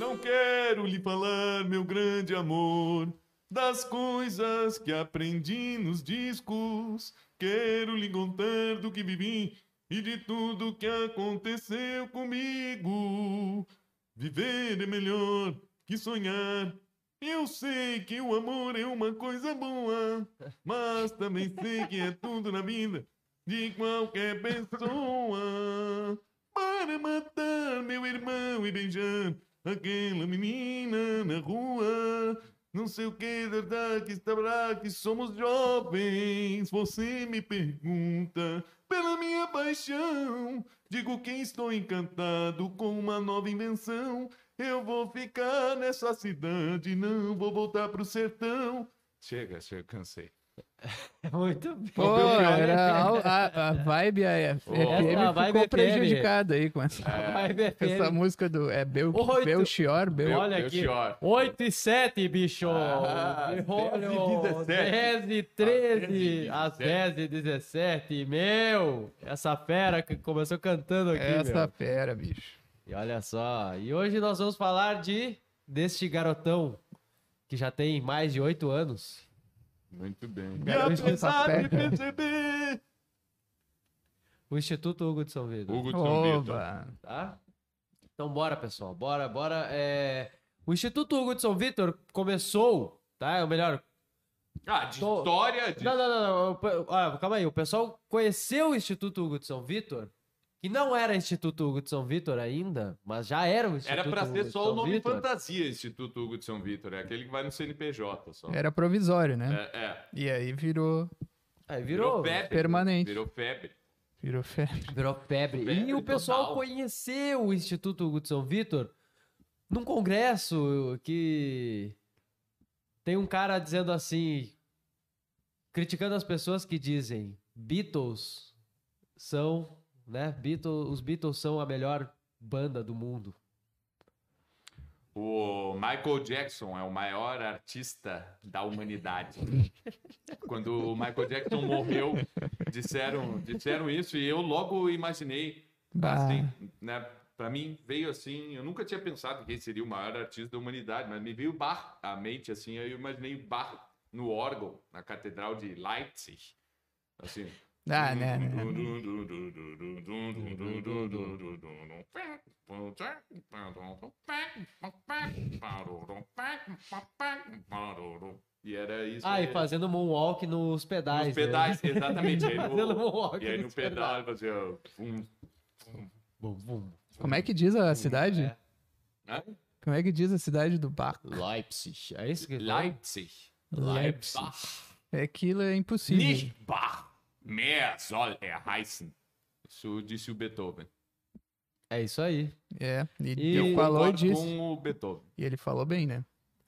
eu quero lhe falar, meu grande amor, das coisas que aprendi nos discos. Quero lhe contar do que vivi e de tudo que aconteceu comigo. Viver é melhor que sonhar. Eu sei que o amor é uma coisa boa, mas também sei que é tudo na vida de qualquer pessoa. Para matar meu irmão e beijar aquela menina na rua. Não sei o que, dará, que estará, que somos jovens. Você me pergunta pela minha paixão. Digo que estou encantado com uma nova invenção. Eu vou ficar nessa cidade, não vou voltar pro sertão. Chega, chega, cansei. Muito bem. Pô, né? era a, a- a vibe a É, F- Essa FM vibe ficou FM. prejudicada aí com essa, Vai, BFM. essa música do é Bel, Oito. Belchior, Bel, Olha eu aqui. choro. 8 e 7, bicho. Ah, E às olha, 10 e 10 e 17. 13, Ah, às 10 e 17. Meu, essa fera que começou cantando aqui, essa meu. fera, bicho. E olha só, e hoje nós vamos falar de deste garotão que já tem mais de 8 anos. Muito bem. E Garoto tá apesar de sapeca. perceber. O Instituto Hugo de São Vitor. Hugo de São Vitor. Oba. tá? Então bora, pessoal, bora, bora. É... O Instituto Hugo de São Vitor começou, tá? Ou melhor, Ah, de Tô- história de. não, não, não, não. o pe- ah, calma aí, o pessoal conheceu o Instituto Hugo de São Vitor, que não era Instituto Hugo de São Vitor ainda, mas já era o Instituto Era pra Hugo ser de só o São nome Vitor. fantasia, Instituto Hugo de São Vitor. É aquele que vai no CNPJ só. Era provisório, né? É, é. E aí virou, Aí virou, febre. permanente. Virou febre. virou febre. virou febre. Febre E o pessoal total. conheceu o Instituto Hugo de São Vitor num congresso que tem um cara dizendo assim, criticando as pessoas que dizem Beatles são, né, Beatles, os Beatles são a melhor banda do mundo. O Michael Jackson é o maior artista da humanidade. Quando o Michael Jackson morreu, disseram, disseram isso e eu logo imaginei Ah, Bah. assim, né? Para mim veio assim, eu nunca tinha pensado que seria o maior artista da humanidade, mas me veio Bach à mente assim, aí eu imaginei Bach no órgão na catedral de Leipzig. Assim. Ah, né? né. E era isso. Ah, aí. e fazendo moonwalk nos pedais. Nos pedais, exatamente. Aí Né? no- Fazendo moonwalk E aí no nos pedal ele fazia. um- Bum, bum. Como é que diz a cidade? É. Hã? Como é que diz a cidade do Bach? Leipzig. É isso que Leipzig. Leipzig. Bach. É aquilo é Hm. impossível. Nicht Bach. Mehr soll er heißen. Isso disse o Beethoven. É isso aí. É. E, E- ele falou e Concordo disse. com o Beethoven. E ele falou bem, né?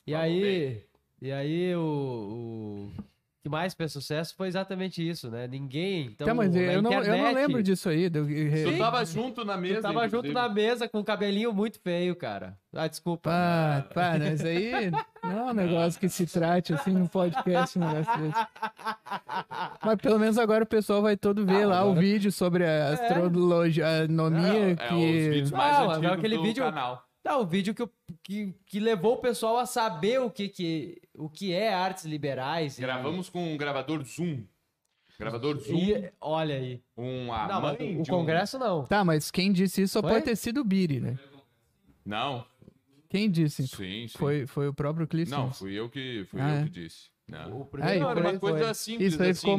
E Falou aí, bem. e aí o, o que mais fez sucesso foi exatamente isso, né? Ninguém. Então, tá, mas na eu não, eu não internet, lembro disso aí. do- Tu Sim. tava junto na Tu mesa. tava junto inclusive. na mesa com um cabelinho muito feio, cara. Ah, desculpa. Pá, pá, né? Isso aí não é um negócio que se trate assim no podcast, um negócio desse. Mas pelo menos agora o pessoal vai todo ver Ah, lá o agora- vídeo sobre a Não, astronomia é os vídeos que. mais Não, é antigos aquele do vídeo- canal. Tá, o vídeo que, o- que, que levou o pessoal a saber o que, que, o que é artes liberais. e- Gravamos com um gravador Zoom. Gravador Zoom. E, olha aí. Um, a Não, mas mãe o de um- Congresso não. Tá, mas quem disse isso só Foi? pode ter sido o Biri, né? Não, Quem disse? sim, sim. Foi, foi o próprio Cliff. Não, Sims. fui eu que, fui Ah, eu é? que disse. Não. O Aí, Não, primeiro era foi- uma coisa foi. simples. Isso aí assim, ficou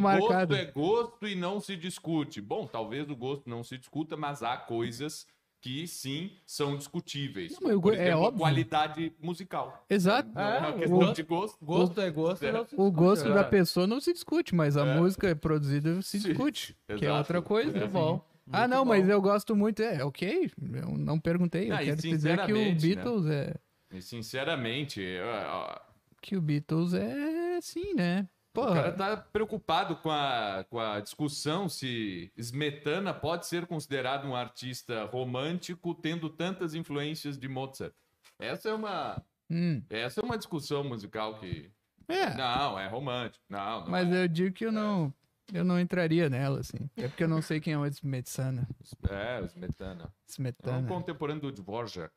Gosto marcado. é gosto e não se discute. Bom, talvez o gosto não se discuta, mas há coisas que sim são discutíveis. Não, mas o Por go- é exemplo, óbvio. qualidade musical. Exato. Não é uma o questão gosto- de gosto. gosto é gosto. não se O discute, gosto né? da pessoa não se discute, mas a música produzida se É. Sim, discute, que é exato. outra coisa. Muito assim. bom, ah, não, bom. mas eu gosto muito. É, ok, eu não perguntei. Eu Ah, e quero dizer que o sinceramente, né? Beatles é. E, sinceramente, ó, ó, que o Beatles é assim, né? o cara Porra, tá preocupado com a, com a discussão se Smetana pode ser considerado um artista romântico tendo tantas influências de Mozart. Essa é uma, hum, essa é uma discussão musical que é, Não, é romântico. Não, não. mas eu digo que eu não, eu não entraria nela, assim. É porque eu não sei quem é o Smetana. É, os Metana. É um Smetana. contemporâneo do Dvorak.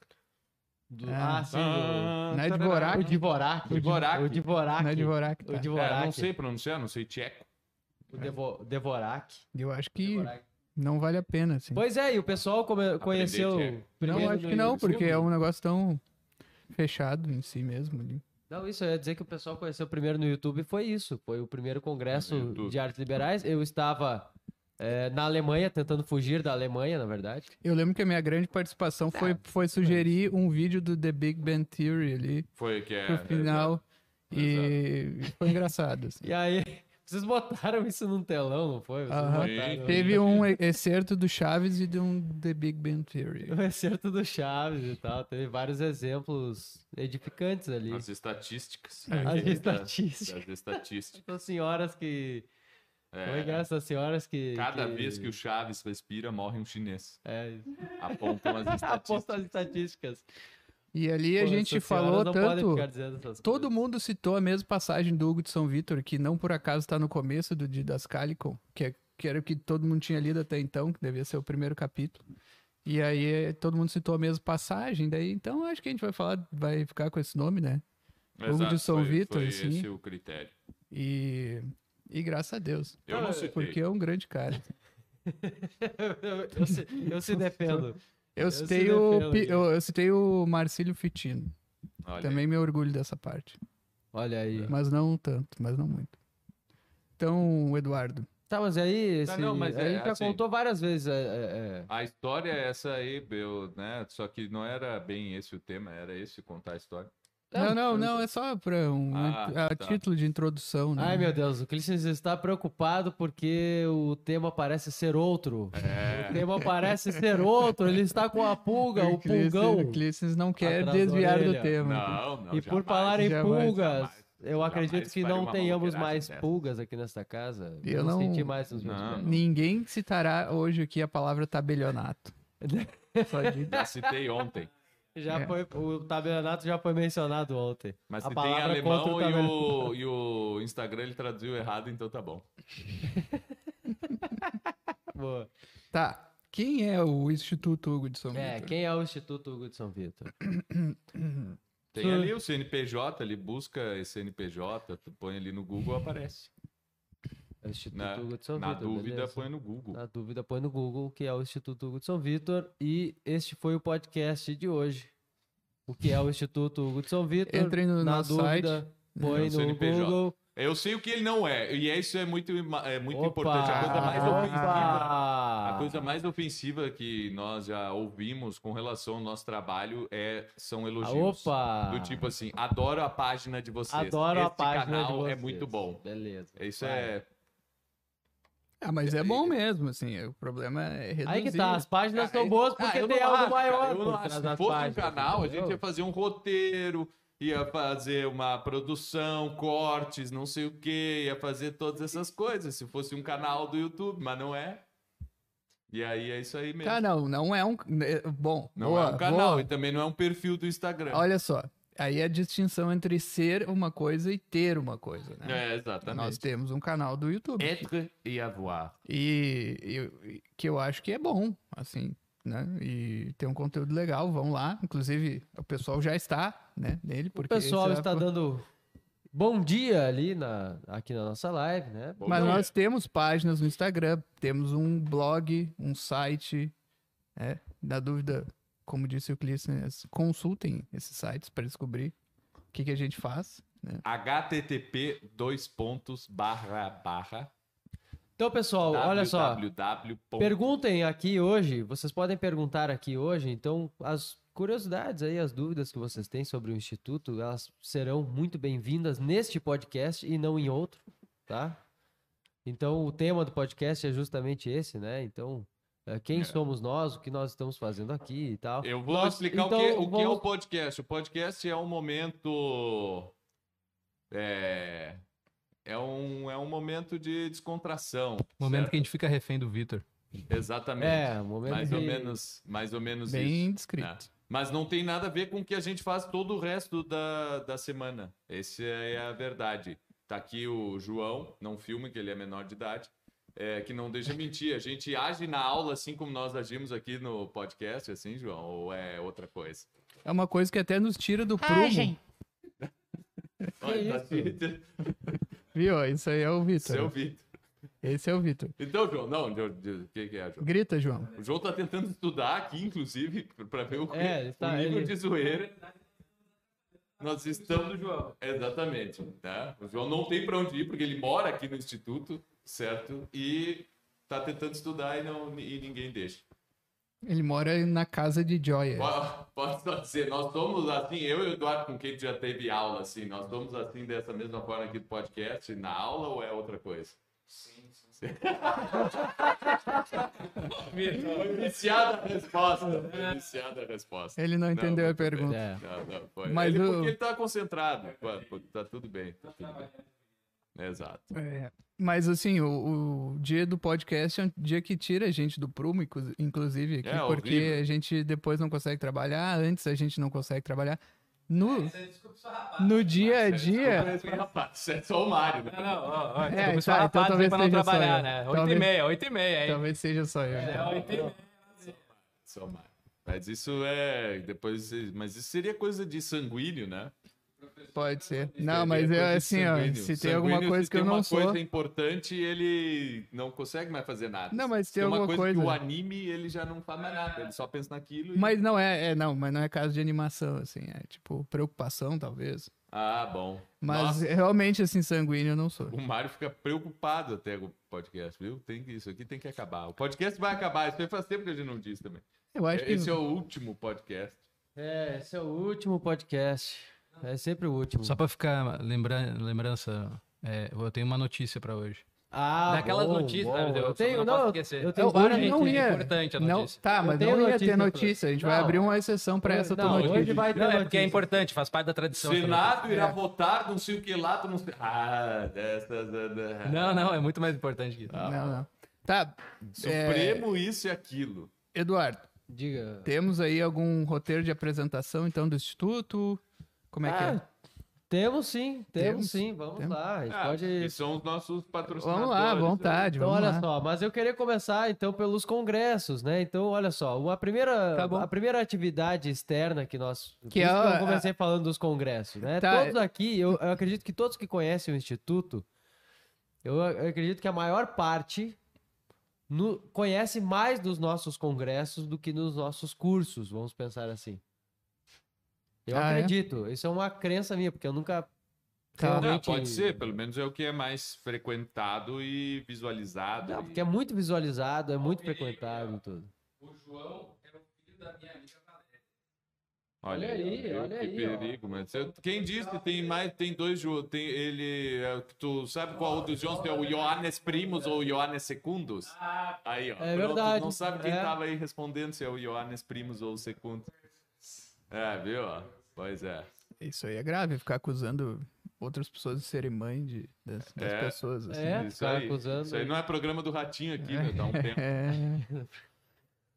Do, Ah, ah, sim. do- Não é tá de Borac? O Dvorak. O Dvorak. O Dvorak. Não é Dvorak, O tá. É, Dvorak. não sei pronunciar, não sei tcheco. O Devo, Devorak. Eu acho que Dvorak. não vale a pena, assim. Pois é, e o pessoal come- conheceu... tcheco. Não, primeiro acho que no não, porque é YouTube. um negócio tão fechado em si mesmo. ali. Não, isso, eu ia dizer que o pessoal conheceu primeiro no YouTube, foi isso. Foi o primeiro No congresso YouTube. de artes liberais. Eu estava eh, na Alemanha, tentando fugir da Alemanha, na verdade. Eu lembro que a minha grande participação foi, foi sugerir um vídeo do The Big Bang Theory ali, Foi que é. pro final. E foi engraçado. assim. E aí, vocês botaram isso num telão, não foi? Vocês Aham. botaram Teve um e- excerto do Chaves e de um The Big Bang Theory. o excerto do Chaves e tal. Teve vários exemplos edificantes ali. As estatísticas. As Aquele da- estatísticas. As estatísticas. São senhoras que. É. Como é que é? Essas senhoras que. Cada vez que o Chaves respira, morre um chinês. É, Apontam as estatísticas. aposta as estatísticas. E ali a Pô, gente essas senhoras falou não podem tanto. ficar dizendo essas Todo coisas. mundo citou a mesma passagem do Hugo de São Vitor, que não por acaso está no começo do Didascalicon, que, é- que era o que todo mundo tinha lido até então, que devia ser o primeiro capítulo. E aí eh, todo mundo citou a mesma passagem, daí então acho que a gente vai falar, vai ficar com esse nome, né? Hugo de Exato, São foi- Vitor, foi assim. Esse o critério. E, e graças a Deus, Eu Cara, não citei. porque é um grande cara. eu, eu se, eu se defendo. Eu Eu citei, se o, defendo Pi- aqui. eu, eu citei o Marcílio Fitino, Olha, É. também me orgulho dessa parte, Olha aí. mas não tanto, mas não muito. Então, Eduardo, Tá, mas aí. Tá, esse- não, mas a é gente já assim. contou várias vezes. é, é, é. A história é essa aí, Bel, né? Só que não era bem esse o tema, era esse contar a história. Não, não, não, é só para um Ah, a tá. título de introdução, né? Ai, meu Deus, o Clístenes está preocupado porque o tema parece ser outro. É. O tema parece ser outro. Ele está com a pulga, o Clístenes- pulgão. O Clístenes não quer Atrás da desviar do orelha. tema. Não, não. E por jamais. falar em jamais, pulgas, jamais. eu acredito Jamais que faria não uma tenhamos maluqueiragem mais dessa. pulgas aqui nesta casa. Eu não não- senti mais nos meus Não. pés. Ninguém citará hoje aqui a palavra tabelionato. Só de... Já citei ontem. Já É. foi, o tabelionato já foi mencionado ontem. Mas A se tem em palavra contra o alemão e tabelionato. o, e o Instagram ele traduziu errado, então tá bom. Boa. Tá. Quem é o Instituto Hugo de São É, Vitor? quem é o Instituto Hugo de São Vitor? Tem Sim. ali o CNPJ, ele busca esse CNPJ, tu põe ali no Google, aparece. É o Instituto Na, Hugo de São na Vitor. dúvida, beleza. põe no Google. Na dúvida, põe no Google, que é o Instituto Hugo de São Vitor. E este foi o podcast de hoje. O que é o Instituto Hugo de São Vitor? Entrem no na nosso dúvida, põe É, no o CNPJ. Google. Eu sei o que ele não é, e é isso é muito, ima- é muito Opa! importante. A coisa mais ofensiva. Opa! A coisa mais ofensiva que nós já ouvimos com relação ao nosso trabalho é, são Ah, elogios. Opa! Do tipo assim, adoro a página de vocês. Adoro a Este página canal de vocês. é muito bom. Beleza. Isso Vai. é. Ah, mas é bom mesmo, assim. O problema é reduzir. Aí que tá, as páginas são boas porque Ah, é. eu tem não algo acho, cara, maior. eu não por acho. trás Se das fosse um páginas, canal, a entendeu? gente ia fazer um roteiro, ia fazer uma produção, cortes, não sei o que, ia fazer todas essas coisas. Se fosse um canal do YouTube, mas não é. E aí é isso aí mesmo. Tá, não, não é um... é- Bom, não boa, é um canal boa. e também não é um perfil do Instagram. Olha só, aí é a distinção entre ser uma coisa e ter uma coisa, né? É, exatamente. Nós temos um canal do YouTube. É. Être e avoir. E, e- e que eu acho que é bom, assim, né? E tem um conteúdo legal, vão lá. Inclusive, o pessoal já está, né, nele. O Porque pessoal esse- é está dando bom dia ali na, aqui na nossa live, né? Bom Mas dia. nós temos páginas no Instagram, temos um blog, um site, né? Na dúvida, como disse o Clístenes, consultem esses sites para descobrir o que, que a gente faz, né? http dois pontos barra barra Então, pessoal, olha só. www. Perguntem aqui hoje, vocês podem perguntar aqui hoje, então as curiosidades aí, as dúvidas que vocês têm sobre o Instituto, elas serão muito bem-vindas neste podcast e não em outro, tá? Então o tema do podcast é justamente esse, né? Então, eh, quem É. somos nós, o que nós estamos fazendo aqui e tal. Eu vou Nós- explicar o, então, que, o que é o vamos- podcast. O podcast é um momento. É, é, um, é um momento de descontração. Momento certo? que a gente fica refém do Vitor. Exatamente. É, o momento mais, ou que- menos, mais ou menos isso. Bem descrito. né? Mas não tem nada a ver com o que a gente faz todo o resto da, da semana. Essa é a verdade. Tá aqui o João, não filme, que ele é menor de idade, é, que não deixa mentir. A gente age na aula assim como nós agimos aqui no podcast, assim, João, ou é outra coisa? É uma coisa que até nos tira do prumo. Olha, tá isso? Vitor. Viu? Isso aí é o Esse é o Vitor. Vitor. Esse é o Vitor. Então, João, não, de- de- o que, que é, João? Grita, João. O João tá tentando estudar aqui, inclusive, pra ver o, É, ele tá- o nível ele- de zoeira. Nós estamos. Exatamente. Tá? O João não tem pra onde ir, porque ele mora aqui no Instituto, certo? E tá tentando estudar e, não, e ninguém deixa. Ele mora na casa de Joia. Po- Posso só dizer, nós somos assim, eu e o Eduardo, com quem tu já teve aula, assim, nós somos assim dessa mesma forma aqui do podcast, na aula ou é outra coisa? Foi Viciada a resposta. foi Viciada a resposta. Ele não entendeu a tudo bem. pergunta. É. Não, não, foi. Mas ele, o- porque ele tá concentrado. pô, pô, Tá tudo bem. Tá tudo bem. Exato. É, Mas assim, o, o dia do podcast é um dia que tira a gente do prumo, inclu- inclusive, aqui, É, porque horrível. a gente depois não consegue trabalhar, antes a gente não consegue trabalhar. É, No, né? no dia a dia. Mas, rapaz, isso é só o Mário, né? Não, não, ó, ó, É, começou tá, a então rapaz talvez pra não seja só eu. trabalhar, né? 8 Talvez- e meia, 8 e meia, hein? Talvez seja só eu. É, então. 8 e meia. Só o Mário. Mas isso é. Depois, vocês- mas isso seria coisa de sanguíneo, né? Pode ser. Seria Não, mas é coisa de assim, ó, sanguíneo. se tem Sanguíneo, alguma se coisa que tem eu não uma sou. coisa importante, ele não consegue mais fazer nada. Não, mas Se tem uma alguma coisa, que coisa. o anime, ele já não faz mais nada. Ele só pensa naquilo. e- Mas não é, é, não, mas não é caso de animação, assim, é tipo preocupação, talvez. Ah, bom. Mas Nossa, realmente, assim, sanguíneo eu não sou. O Mário fica preocupado até com o podcast, viu? Tem que, isso aqui tem que acabar. O podcast vai acabar. Isso aí faz tempo que a gente não diz também. Eu acho que. Esse é o último podcast. É, esse é o último podcast. É sempre o último. Só pra ficar lembra lembrança, é, eu tenho uma notícia pra hoje. Ah, Daquelas bom, notícias, bom. né, Deus? Eu Eu tenho, não não, posso eu esquecer. eu Eu tenho acho várias que é notícias. não ia. importante a Não, notícia. tá, mas tenho não ia notícia ter pra- notícia. A gente vai Não. abrir uma exceção pra essa tua não, notícia. hoje vai ter Não, é notícia. porque é importante, faz parte da tradição. essa notícia. Senado Ah, irá É. votar não sei o que lá, tu não sei. Ah, dessas. Não, não, é muito mais importante que isso. Não, não. Tá, é- Supremo isso e aquilo. Eduardo, Diga. temos aí algum roteiro de apresentação, então, do Instituto? Como é que Ah, é? Temos sim, temos, Temos? sim. Vamos Temos? lá. A gente Ah, pode. E são os nossos patrocinadores. né? Vamos lá, à vontade, Então, vamos olha lá. só, mas eu queria começar então pelos congressos, né? Então, olha só, uma primeira, Tá bom. a primeira atividade externa que nós. por Que isso é que a- eu comecei falando dos congressos, né? Tá. Todos aqui, eu, eu acredito que todos que conhecem o Instituto, eu, a- eu acredito que a maior parte no- conhece mais dos nossos congressos do que nos nossos cursos, vamos pensar assim. Eu Ah, é? acredito, isso é uma crença minha, porque eu nunca. Tá. Não, realmente- pode ser, pelo menos é o que é mais frequentado e visualizado. Não, e- porque é muito visualizado, é muito frequentado e tudo. Olha, Olha aí, viu? olha que aí, ó. perigo, mas eu- quem diz que tem mais, tem dois João, tem ele, é, tu sabe qual dos João é o Johannes Primus ou o Johannes Secundus? Aí, ó. É pronto, verdade, Não sabe quem é. tava aí respondendo se é o Johannes Primus ou o Secundus. É, viu? ó? Pois é. Isso aí é grave, ficar acusando outras pessoas de serem mãe de, das, das É. pessoas. Assim. É, isso, ficar aí, acusando isso aí aí. não é programa do Ratinho aqui, meu, dá um tempo. É.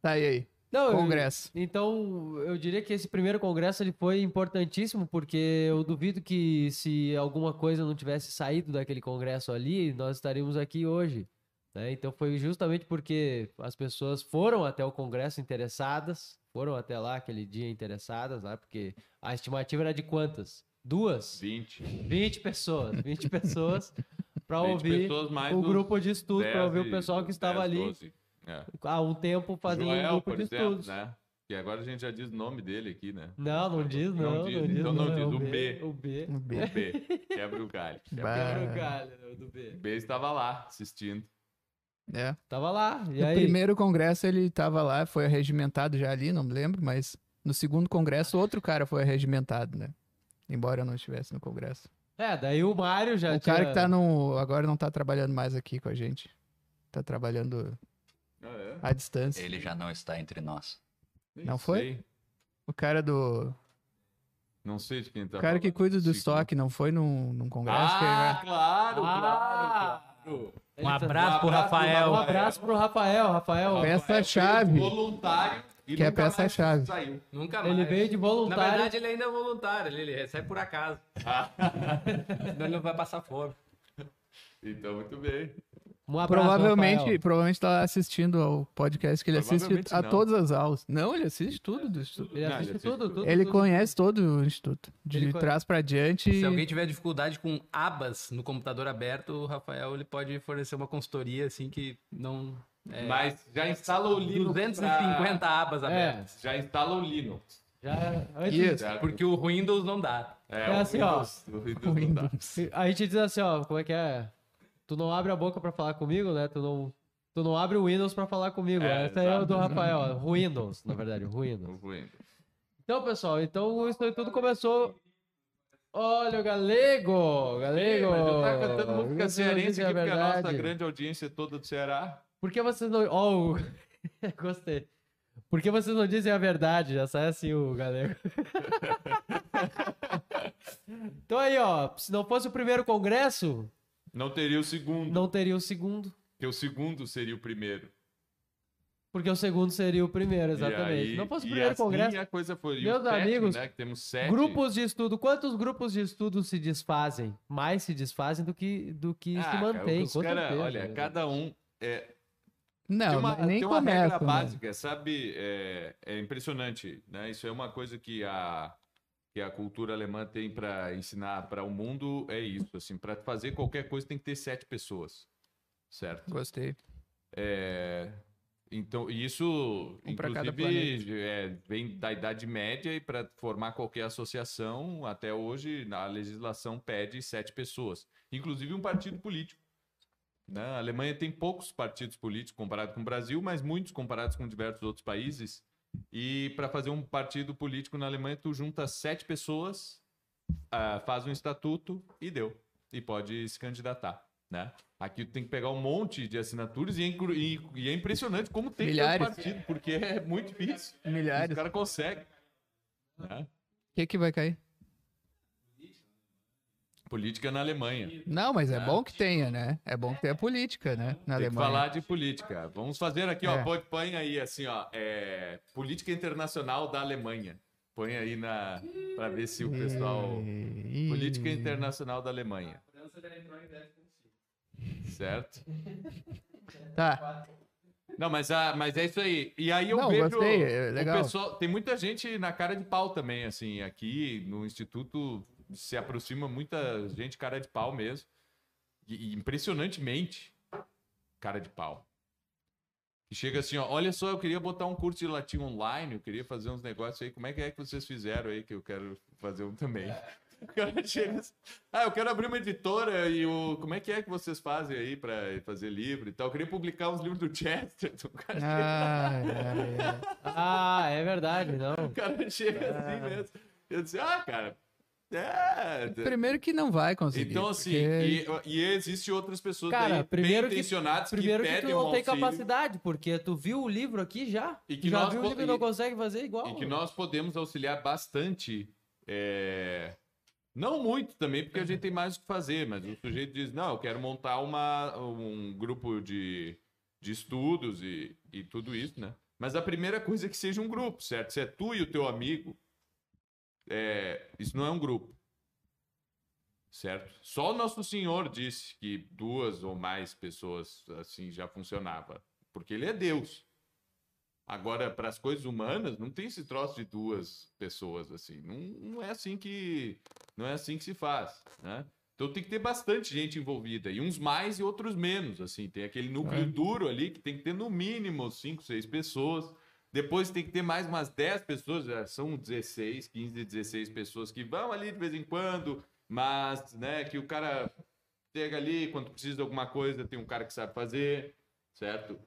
Tá, e aí? Não, eu- Congresso. então, eu diria que esse primeiro congresso ele foi importantíssimo, porque eu duvido que se alguma coisa não tivesse saído daquele congresso ali, nós estaríamos aqui hoje. né? Então, foi justamente porque as pessoas foram até o congresso interessadas, foram até lá aquele dia interessadas, lá, porque a estimativa era de quantas? Duas? 20. 20 pessoas. 20 pessoas para 20 ouvir pessoas mais o os grupo de estudo, para 10 ouvir e- o pessoal que estava 10, ali 12. É. há um tempo fazendo Joel, um grupo por de exemplo, estudos. né? E agora a gente já diz o nome dele aqui, né? Não, não diz, Não não. Não diz, diz, então não diz, é o B. O B. Um beijo. O B. Quebra o galho. Bah. Quebra o galho né, do O B. B estava lá assistindo. É. Tava lá. E No aí? primeiro congresso ele tava lá, foi arregimentado já ali, não me lembro, mas no segundo congresso outro cara foi arregimentado, né? Embora eu não estivesse no congresso. É, daí o Mário já o tinha... cara que tá no. Agora não tá trabalhando mais aqui com a gente. Tá trabalhando Ah, à distância. Ele já não está entre nós. é? Não Nem foi? sei. O cara do. Não sei de quem tá o cara que falando. cuida do Chico. estoque, não foi num, num congresso que Ah, claro, Ah! claro, claro. Ele Um tá- abraço pro Um abraço pro Rafael. Um abraço pro Rafael. Rafael, Rafael. Ele Peça-chave. fez Voluntário. e Que é nunca mais peça-chave. Saiu. Nunca mais. ele veio de Na voluntário. né? verdade, ele ainda é voluntário, ele, ele recebe por acaso. Ah, Senão ele não vai passar fome. então, muito bem. Um abraço, Provavelmente, Rafael. provavelmente tá assistindo ao podcast que ele assiste Provavelmente a não. todas as aulas. Não, ele assiste tudo do Instituto. Ele Não, assiste ele assiste tudo, tudo. Ele tudo. conhece todo o Instituto. De Ele conhe- trás pra diante. Se alguém tiver dificuldade com abas no computador aberto, o Rafael ele pode fornecer uma consultoria assim que não. É, Mas já instala o Linux. 250 abas É, abertas. pra- Já instala o Linux. já. Antes, Isso. certo? Porque o Windows não dá. É, É o assim, ó. Windows- o Windows não dá. A gente diz assim, ó, como é que é? Tu não abre a boca pra falar comigo, né? Tu não, tu não abre o Windows pra falar comigo. É, Essa é o do exato. Rafael, ó, o Windows, na verdade, o Windows. O Windows. Então, pessoal, então isso aí tudo começou. Olha o Galego! Galego! Mas eu tava cantando música Isso cearense é aqui, porque a nossa verdade. grande audiência é toda do Ceará. Por que vocês não. Ó, o- gostei. Por que vocês não dizem a verdade? Já sai assim o galego. então aí, ó. Se não fosse o primeiro congresso, Não teria o segundo, não teria o segundo. porque o segundo seria o primeiro. Porque o segundo seria o primeiro, exatamente. E aí- Se não fosse o e primeiro assim congresso. a coisa foi. E Meus os técnicos, amigos, né, que temos sete. Grupos de estudo. Quantos grupos de estudo se desfazem? Mais se desfazem do que, do que Ah, se cara, mantém. os com cara- certeza, olha, né? cada um tem Não, uma, nem tem uma começa. regra né? básica, sabe? É, é impressionante, né? Isso é uma coisa que a que a cultura alemã tem para ensinar para o mundo é isso, assim, para fazer qualquer coisa tem que ter sete pessoas, certo? Gostei. É, então e isso, Um pra cada inclusive, é, vem da Idade Média e para formar qualquer associação até hoje a legislação pede sete pessoas, inclusive um partido político. né? A Alemanha tem poucos partidos políticos comparado com o Brasil, mas muitos comparados com diversos outros países. E para fazer um partido político na Alemanha, tu junta sete pessoas, ah, faz um estatuto e deu. E pode se candidatar, né? Aqui tu tem que pegar um monte de assinaturas e é, incru- e- e é impressionante como tem tanto Milhares. partido, porque é muito difícil. Os Milhares. O caras conseguem. né? que, que vai cair? Política na Alemanha. Tem Não, mas é bom que tenha, né? É bom que tenha política, né? Na Ah, tipo- que Alemanha. falar de política. Vamos fazer aqui, ó. É. põe- Põe aí, assim, ó. é, política internacional da Alemanha. Põe aí na. Pra ver se o pessoal. E- Política e- internacional da Alemanha. Certo? Tá. Não, mas, a, mas é isso aí. E aí eu Não, vejo gostei, é o legal. pessoal- tem muita gente na cara de pau também, assim, aqui no instituto se aproxima muita gente cara de pau mesmo. E, e impressionantemente cara de pau. E chega assim, ó, olha só, eu queria botar um curso de latim online, eu queria fazer uns negócios aí, como é que é que vocês fizeram aí que eu quero fazer um também. O cara chega assim, ah, eu quero abrir uma editora e o. Como é que é que vocês fazem aí pra fazer livro e tal? Eu queria publicar uns livros do Chester. O cara, Ai, ai, ai. Ah, é verdade, não. o cara chega assim mesmo. Eu disse, ah, cara. É. Primeiro que não vai conseguir. Então, assim, porque- e, e existe outras pessoas Cara, daí primeiro bem que- intencionadas que, Primeiro que tu pedem não um tem auxílio capacidade, porque tu viu o livro aqui já. E E que que já nós viu o po- livro e não e- consegue fazer igual. um. E que nós podemos auxiliar bastante. é, Não muito também, porque a gente tem mais o que fazer, mas o sujeito diz, não, eu quero montar uma, um grupo de, de estudos e, e tudo isso, né? Mas a primeira coisa é que seja um grupo, certo? Se é tu e o teu amigo, é, isso não é um grupo. Certo? Só o Nosso Senhor disse que duas ou mais pessoas assim já funcionava, porque ele é Deus. Agora, para as coisas humanas, não tem esse troço de duas pessoas assim. Não, não é assim que não é assim que se faz, né? Então tem que ter bastante gente envolvida e uns mais e outros menos, assim. Tem aquele núcleo duro ali que tem que ter no mínimo cinco, seis pessoas. Depois tem que ter mais umas 10 pessoas, já são 16, 15, 16 pessoas que vão ali de vez em quando, mas, né, que o cara pega ali quando precisa de alguma coisa, tem um cara que sabe fazer, certo?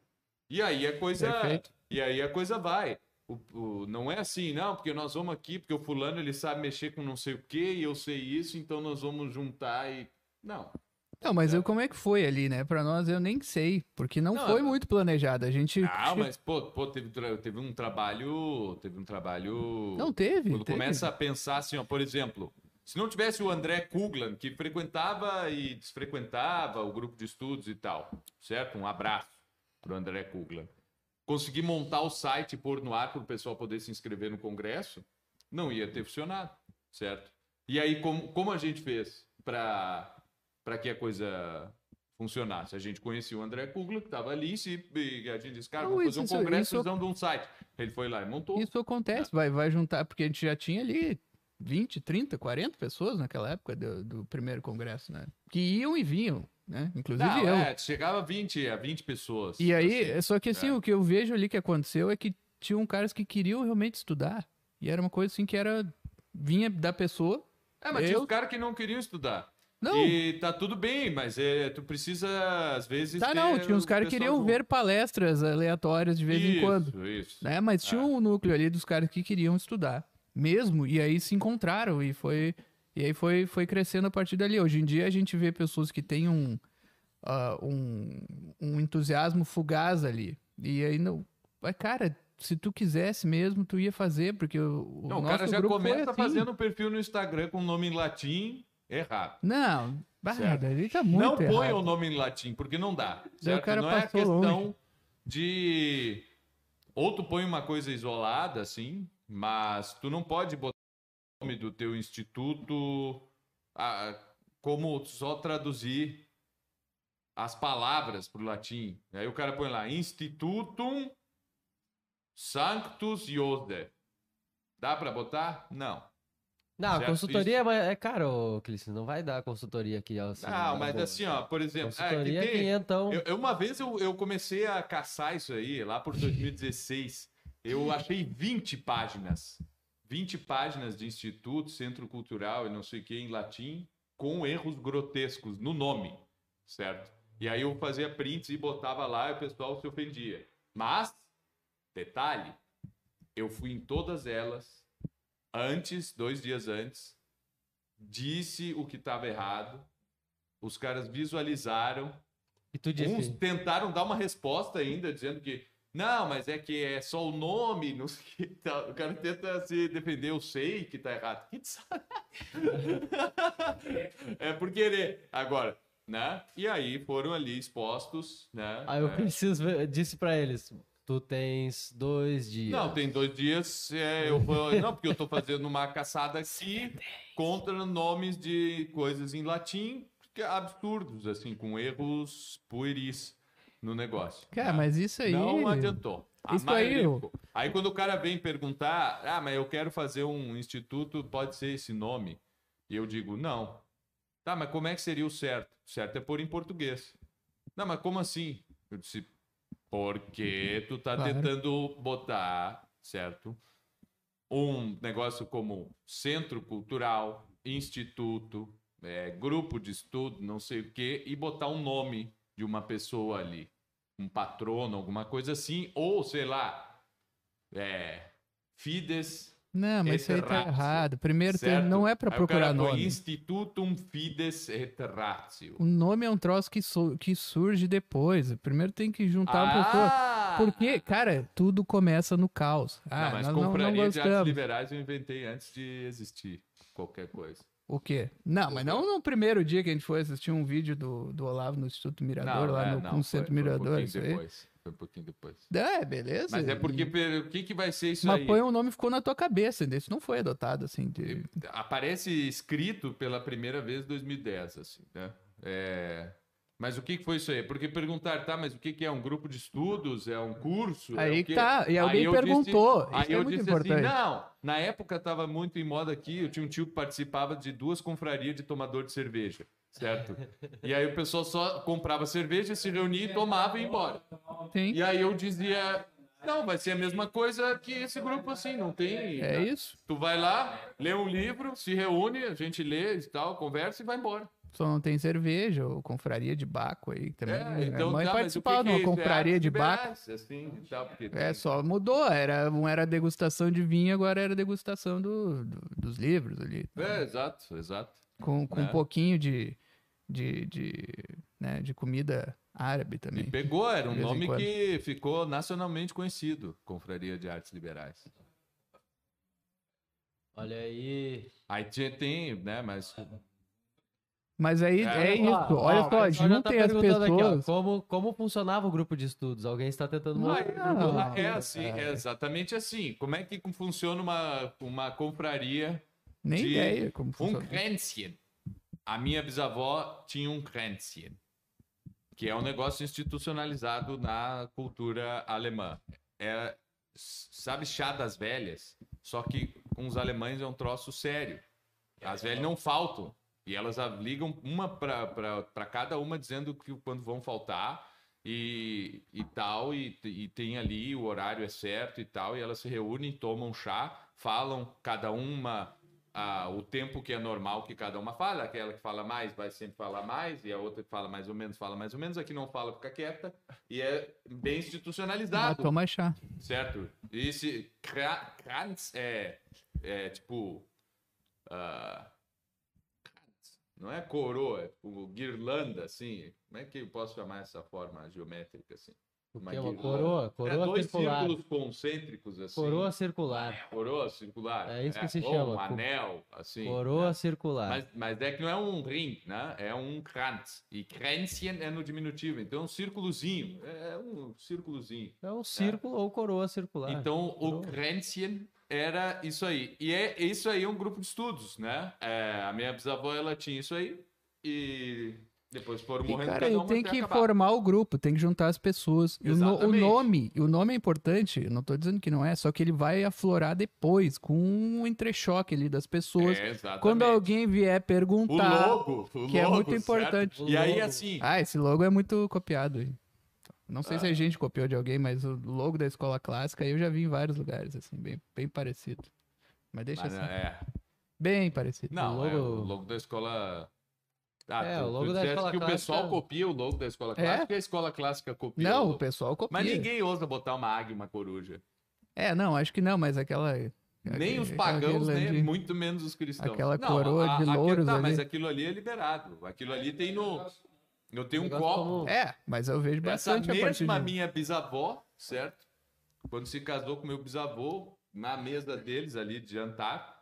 E aí a coisa Perfeito. e aí a coisa vai. O, o- não é assim, não, porque nós vamos aqui, porque o fulano ele sabe mexer com não sei o que e eu sei isso, então nós vamos juntar e. Não. Não, mas eu, como é que foi ali, né? Pra nós eu nem sei, porque não, Não, foi é- muito planejado. A gente. Ah, mas pô, pô teve, tra- teve um trabalho. Teve um trabalho. Não teve. Quando teve. começa a pensar assim, ó, por exemplo, se não tivesse o André Kuglan, que frequentava e desfrequentava o grupo de estudos e tal, certo? Um abraço pro André Kuglan. Consegui montar o site e pôr no ar para o pessoal poder se inscrever no congresso, não ia ter funcionado, certo? E aí, como, como a gente fez para que a coisa funcionasse. A gente conhecia o André Kugler, que estava ali, se, e a gente disse, cara, Não, vamos fazer isso- um isso- congresso isso- precisando de um site. Ele foi lá e montou. Isso Ah. acontece, vai, vai juntar, porque a gente já tinha ali 20, 30, 40 pessoas naquela época do, do primeiro congresso, né? Que iam e vinham, né? Inclusive Não, eu. é, chegava a 20, a 20 pessoas. E aí, assim. é só que assim, é. o que eu vejo ali que aconteceu é que tinham caras que queriam realmente estudar. E era uma coisa assim que era. vinha da pessoa. É, mas tinha eu- os caras que não queriam estudar. Não, E tá tudo bem, mas é, tu precisa, às vezes. tá não. ter um Tinha uns o caras que pessoal queriam junto. ver palestras aleatórias de vez em Isso, quando. Isso. né? Mas tinha É. um núcleo ali dos caras que queriam estudar mesmo, e aí se encontraram e foi e aí foi foi crescendo a partir dali. Hoje em dia a gente vê pessoas que têm um ah, um, um entusiasmo fugaz ali. E aí não, mas cara, se tu quisesse mesmo, tu ia fazer, porque o, o Não, o nosso cara já grupo foi começa assim. fazendo um perfil no Instagram com o nome em latim errado. Não, Certo. barra, ele tá muito não põe errado. o nome em latim, porque não dá. Certo? cara não é passou questão longe. de. Ou tu põe uma coisa isolada, assim, mas tu não pode botar o nome do teu instituto ah, como só traduzir as palavras pro latim. Aí o cara põe lá, Institutum Sanctus Iosde. Dá pra botar? Não. Não, a Certo, consultoria é mais- é caro, Clício. Não vai dar consultoria aqui. Assim, Ah, na mas boa. assim, ó, por exemplo, ah, que Consultoria é tem- 500. Eu- eu- uma vez eu, eu comecei a caçar isso aí, lá por 2016. Eu achei 20 páginas. 20 páginas de Instituto, Centro Cultural e não sei o que em latim, com erros grotescos no nome, certo? E aí eu fazia prints e botava lá e o pessoal se ofendia. Mas, detalhe, eu fui em todas elas, antes, dois dias antes, disse o que estava errado, os caras visualizaram, E tu disse. Uns tentaram dar uma resposta ainda, dizendo que não, mas é que é só o nome, não sei o que tal. O cara tenta se defender, eu sei que tá errado. Que desastre. é por querer. Agora, né? E aí foram ali expostos, né? Aí Ah, eu É. preciso ver- disse pra eles, tu tens dois dias. Não, tem dois dias. é, eu vou- não, porque eu tô fazendo uma caçada aqui contra nomes de coisas em latim que é absurdos, assim, com erros pueris no negócio. Cara, né? mas isso aí. Não adiantou. A Isso maioria aí, eu- ficou. Aí quando o cara vem perguntar, ah, mas eu quero fazer um instituto, pode ser esse nome? E eu digo, não. Tá, mas como é que seria o certo? O certo é pôr em português. Não, mas como assim? Eu disse, porque tu tá Uhum. Claro. tentando botar, certo? Um negócio como centro cultural, instituto, eh, grupo de estudo, não sei o quê, e botar um nome de uma pessoa ali um patrono, alguma coisa assim, ou sei lá, é, Fides. Não, mas isso aí tá Eterratio, errado. Primeiro, tu certo? não é pra Aí o procurar cara põe nome. Institutum Fides et Ratio. O nome é um troço que, su- que surge depois. Primeiro tem que juntar um a Ah! pessoa. Porque, cara, tudo começa no caos. Ah, não, mas nós não, não confraria de artes gostamos. liberais eu inventei antes de existir qualquer coisa. O quê? Não, mas não no primeiro dia que a gente foi assistir um vídeo do, do Olavo no Instituto Mirador, lá é, no, no Centro foi, Mirador. Foi um pouquinho isso aí. depois. Foi um pouquinho depois. É, beleza. Mas é porque E- per- o que, que vai ser isso Mas aí? põe um nome que ficou na tua cabeça, entendeu? isso não foi adotado assim. de- aparece escrito pela primeira vez em 2010, assim, né? É, Mas o que que foi isso aí? Porque perguntaram, tá, mas o que que é um grupo de estudos? É um curso? É Aí o quê? que tá, e alguém eu perguntou, Disse, isso aí é eu muito disse importante. assim, não, na época estava muito em moda aqui, eu tinha um tio que participava de duas confrarias de tomador de cerveja, certo? e aí o pessoal só comprava cerveja, se reunia, e tomava e ia embora. Sim. E aí eu dizia, não, vai ser a mesma coisa que esse grupo assim, não tem... É isso. Tu vai lá, lê um livro, se reúne, a gente lê e tal, conversa e vai embora. Só não tem cerveja ou confraria de baco aí também. né? a mãe tá, mas o que participava que de uma é isso? É confraria artes de baco. liberais, assim, e tal, porque É, tem- só mudou. Era, um era degustação de vinho, agora era degustação do, do- dos livros ali. É, exato, exato. Com, com né? um pouquinho de, de, de, né, de comida árabe E também. pegou, era um De vez em nome quando. que ficou nacionalmente conhecido, Confraria de Artes Liberais. Olha aí. Aí tinha, tem, né, mas... Mas aí é, É, isso. Ó, ó, olha o só, pessoal já tá juntem as perguntando aqui, ó, pessoas. como, como funcionava o grupo de estudos? Alguém está tentando Não, mostrar. não, não. é assim, é exatamente assim. Como é que funciona uma, uma confraria Nem de ideia como Um funciona. Kränzchen. A minha bisavó tinha um Kränzchen. que é um negócio institucionalizado na cultura alemã. É, sabe, chá das velhas? Só que com os alemães é um troço sério. As velhas não faltam. E elas a- ligam uma para cada uma dizendo que quando vão faltar e, e tal. E, e tem ali o horário é certo e tal. E elas se reúnem, tomam chá, falam cada uma a- o tempo que é normal que cada uma fala. Aquela que fala mais vai sempre falar mais. E a outra que fala mais ou menos fala mais ou menos. A que não fala fica quieta. E é bem Vai institucionalizado. tomar Ah, chá. Certo. E esse Kra- Kranz é, é tipo. ah, Kranz. não é coroa, é tipo guirlanda, assim. Como é que eu posso chamar essa forma geométrica, assim? O Uma que é uma guirlanda. coroa? é Coroa dois circular. círculos concêntricos, assim. Coroa circular. Coroa circular. É isso que se ou chama, Um co- anel, assim. Coroa circular. Mas, mas é que não é um ring, né? É um Kranz. E Kränzchen é no diminutivo. Então é um círculozinho. É é um círculozinho. É um círculo ou coroa circular. Então, o Coroa. Kränzchen era isso aí. E é isso aí é um grupo de estudos, né? É, a minha bisavó, ela tinha isso aí e depois foram E, morrendo cara, cada eu uma tenho até que acabar. formar o grupo, tem que juntar as pessoas. E O, no- o Exatamente. nome, o nome é importante, eu não tô dizendo que não é, só que ele vai aflorar depois, com um entrechoque ali das pessoas. É, exatamente. Quando alguém vier O perguntar, logo, o que é logo, muito certo? importante. E aí, logo. assim, Ah, esse logo é muito copiado. hein? Não sei Ah. se a gente copiou de alguém, mas o logo da escola clássica eu já vi em vários lugares, assim, bem, bem parecido. Mas deixa mas, assim, é, bem parecido. não, é o logo- logo da escola... Ah, É, tu- o logo tu da disseste escola que o pessoal clássica- copia o logo da escola clássica e a escola clássica copia. o É? Não, o logo. pessoal copia. Mas ninguém ousa botar uma águia e uma coruja. É, não, acho que não, mas aquela... Nem os aquela pagãos, né? guirlandinha. muito menos os cristãos. Aquela coroa de louros tá, Mas ali. aquilo ali é liberado. Aquilo ali tem no. Eu tenho um Negócio copo. como- É, mas eu vejo Essa bastante a partir mesma de- minha bisavó, certo? Quando se casou com meu bisavô, na mesa deles ali de jantar,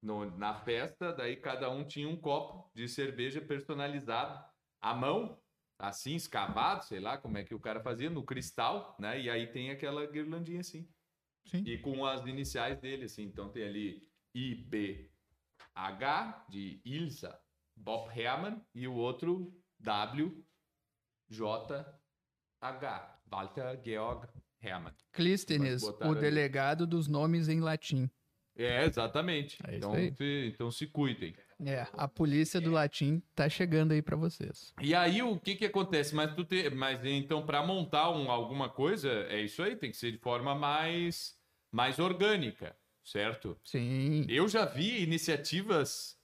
no- na festa, daí cada um tinha um copo de cerveja personalizado à mão, assim, escavado, sei lá como é que o cara fazia, no cristal, né? E aí tem aquela guirlandinha assim. Sim. E com as iniciais dele, assim. Então tem ali IBH, de Ilsa, Bob Herman, e o outro W, JH, Walter Georg Hermann. Mas Clístenes, botaram o ali. delegado dos nomes em latim. É, exatamente. É isso então, aí. se, então se cuidem. É, a polícia do latim tá chegando aí pra vocês. E aí o que que acontece? Mas tu te, mas então para montar um, alguma coisa, é isso aí, tem que ser de forma mais mais orgânica, certo? Sim. Eu já vi iniciativas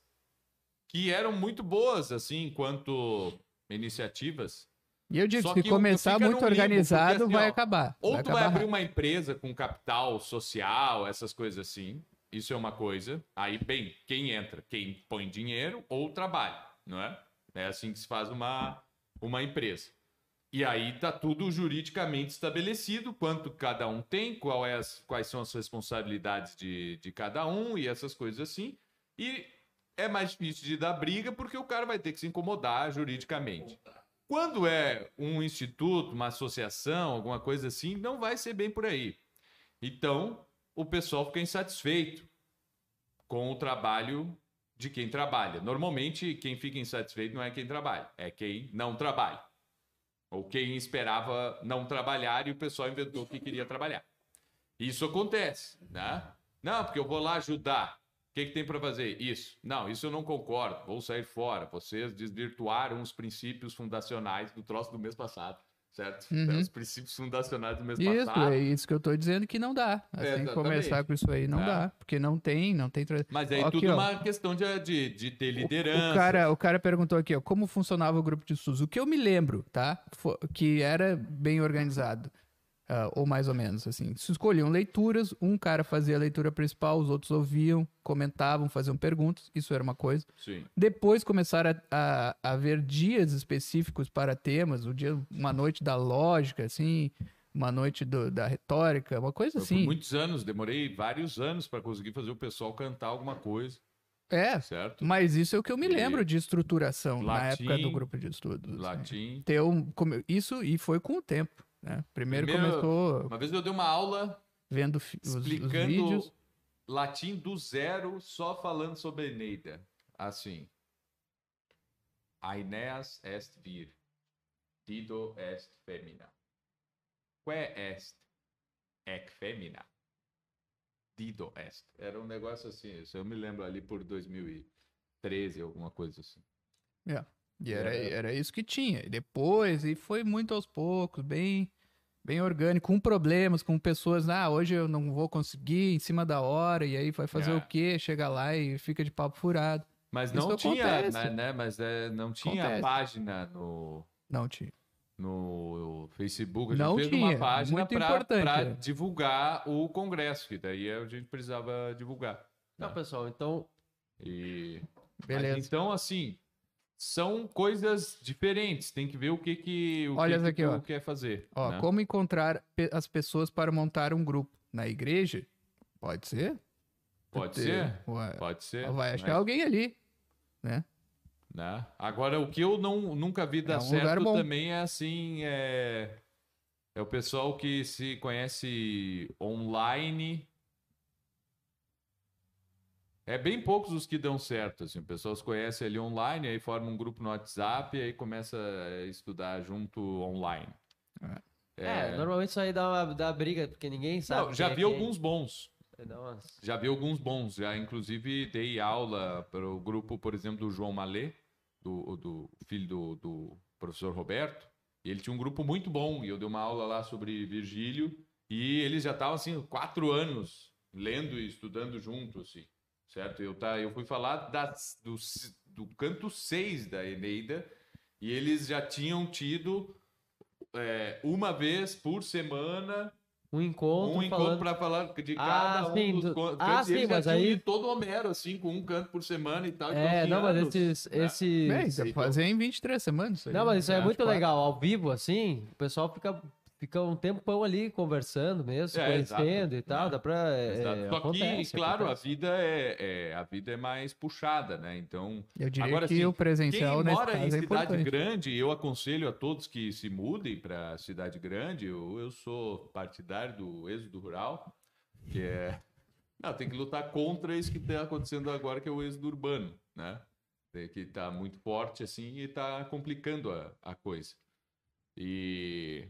que eram muito boas assim, enquanto iniciativas. E eu digo, Só se que o- começar fica num muito limbo, organizado, porque assim, vai ó, acabar. Ou vai tu acabar vai abrir uma empresa com capital social, essas coisas assim. Isso é uma coisa. Aí, bem, quem entra? Quem põe dinheiro ou trabalha, não é? É assim que se faz uma, uma empresa. E aí tá tudo juridicamente estabelecido, quanto cada um tem, qual é as- quais são as responsabilidades de, de cada um e essas coisas assim. E é mais difícil de dar briga porque o cara vai ter que se incomodar juridicamente. Quando é um instituto, uma associação, alguma coisa assim, não vai ser bem por aí. Então, o pessoal fica insatisfeito com o trabalho de quem trabalha. Normalmente, quem fica insatisfeito não é quem trabalha, é quem não trabalha. Ou quem esperava não trabalhar e o pessoal inventou que queria trabalhar. Isso acontece, né? Não, porque eu vou lá ajudar. O que, que tem para fazer? Isso. Não, isso eu não concordo. Vou sair fora. Vocês desvirtuaram os princípios fundacionais do troço do mês passado, certo? Uhum. Os princípios fundacionais do mês Isso, passado. é isso que eu tô dizendo que não dá. Assim, É, exatamente. começar com isso aí não É. dá, porque não tem, não tem... tra- Mas aí Ó, aqui, tudo ó. uma questão de, de, de ter liderança. O cara, o cara perguntou aqui, ó, como funcionava o grupo de estudos. O que eu me lembro, tá? Fo- que era bem organizado. ah, ou mais ou menos, assim. Se escolhiam leituras, um cara fazia a leitura principal, os outros ouviam, comentavam, faziam perguntas. Isso era uma coisa. Sim. Depois começaram a, a, a haver dias específicos para temas, o dia, uma noite da lógica, assim, uma noite do- da retórica, uma coisa Eu, assim. Por muitos anos, demorei vários anos para conseguir fazer o pessoal cantar alguma coisa, É, certo? mas isso é o que eu me E- lembro de estruturação na Latim, época do grupo de estudos. assim. Latim. ter um- come- isso e foi com o tempo. Né? Primeiro, Primeiro- começou Uma vez eu dei uma aula vendo fi- os, os explicando vídeos. latim do zero, só falando sobre Eneida. Assim. Aeneas est vir. Dido est femina. Que est? Ec femina. Dido est. Era um negócio assim, isso eu me lembro ali por 2013, alguma coisa assim. É. E era, era isso que tinha. E depois, e foi muito aos poucos, bem bem orgânico, com problemas, com pessoas, ah, hoje eu não vou conseguir, em cima da hora, e aí vai fazer É. o quê? Chega lá e fica de papo furado. Mas Isso não tinha, acontece. mas, né? Mas é, não tinha Acontece. página no, Não, tio. no Facebook. A gente Não fez tinha. uma página Muito para importante, pra né? divulgar o congresso, que daí a gente precisava divulgar. Não, pessoal, então. E Mas Beleza. então, assim, são coisas diferentes. Tem que ver o que que o Olha que essa que aqui, tu ó. quer fazer. Ó, né? como encontrar pe- as pessoas para montar um grupo? Na igreja? Pode ser? Pode Ter- ser, Ué, pode ser. vai mas, achar alguém ali. né? Agora, o que eu não, nunca vi dar um lugar certo bom. também é assim, é... é o pessoal que se conhece online. É bem poucos os que dão certo, assim. O pessoal se conhece ali online, aí forma um grupo no WhatsApp, aí começa a estudar junto online. É, normalmente isso aí dá uma dá briga, porque ninguém sabe. Não, já quem é vi quem. alguns bons. Dá umas- Já vi alguns bons, já inclusive dei aula para o grupo, por exemplo, do João Malê, do, do filho do, do professor Roberto. E Ele tinha um grupo muito bom e eu dei uma aula lá sobre Virgílio e eles já estavam assim quatro anos lendo e estudando junto, assim, certo? Eu tá, eu fui falar das, do, s- do canto 6 da Eneida e eles já tinham tido é, uma vez por semana Um encontro um falando. encontro para falar de Ah, cada um sim, dos do- con- Ah, cantos. E sim, eles já mas tinham aí- lido todo o Homero, assim, com um canto por semana e tal. então, É, assim, não, mas anos. esses. né? esses... Bem, dá sei, pra É, fazer em 23 semanas. aí, Não, mas isso aí é acho muito quatro. legal. Ao vivo, assim, o pessoal fica, fica um tempão ali conversando mesmo, se É, exato. conhecendo e tal. Não, Dá pra. é, Exato. Só acontece, que, claro, acontece. a vida é, é- a vida é mais puxada, né? Então, Eu diria Agora, que assim, o presencial quem nesse mora em caso é cidade importante. grande, eu aconselho a todos que se mudem para cidade grande. Eu, eu sou partidário do êxodo rural, que é Não, tem que lutar contra isso que está acontecendo agora, que é o êxodo urbano, né? Tem Que está muito forte assim e está complicando a, a coisa. E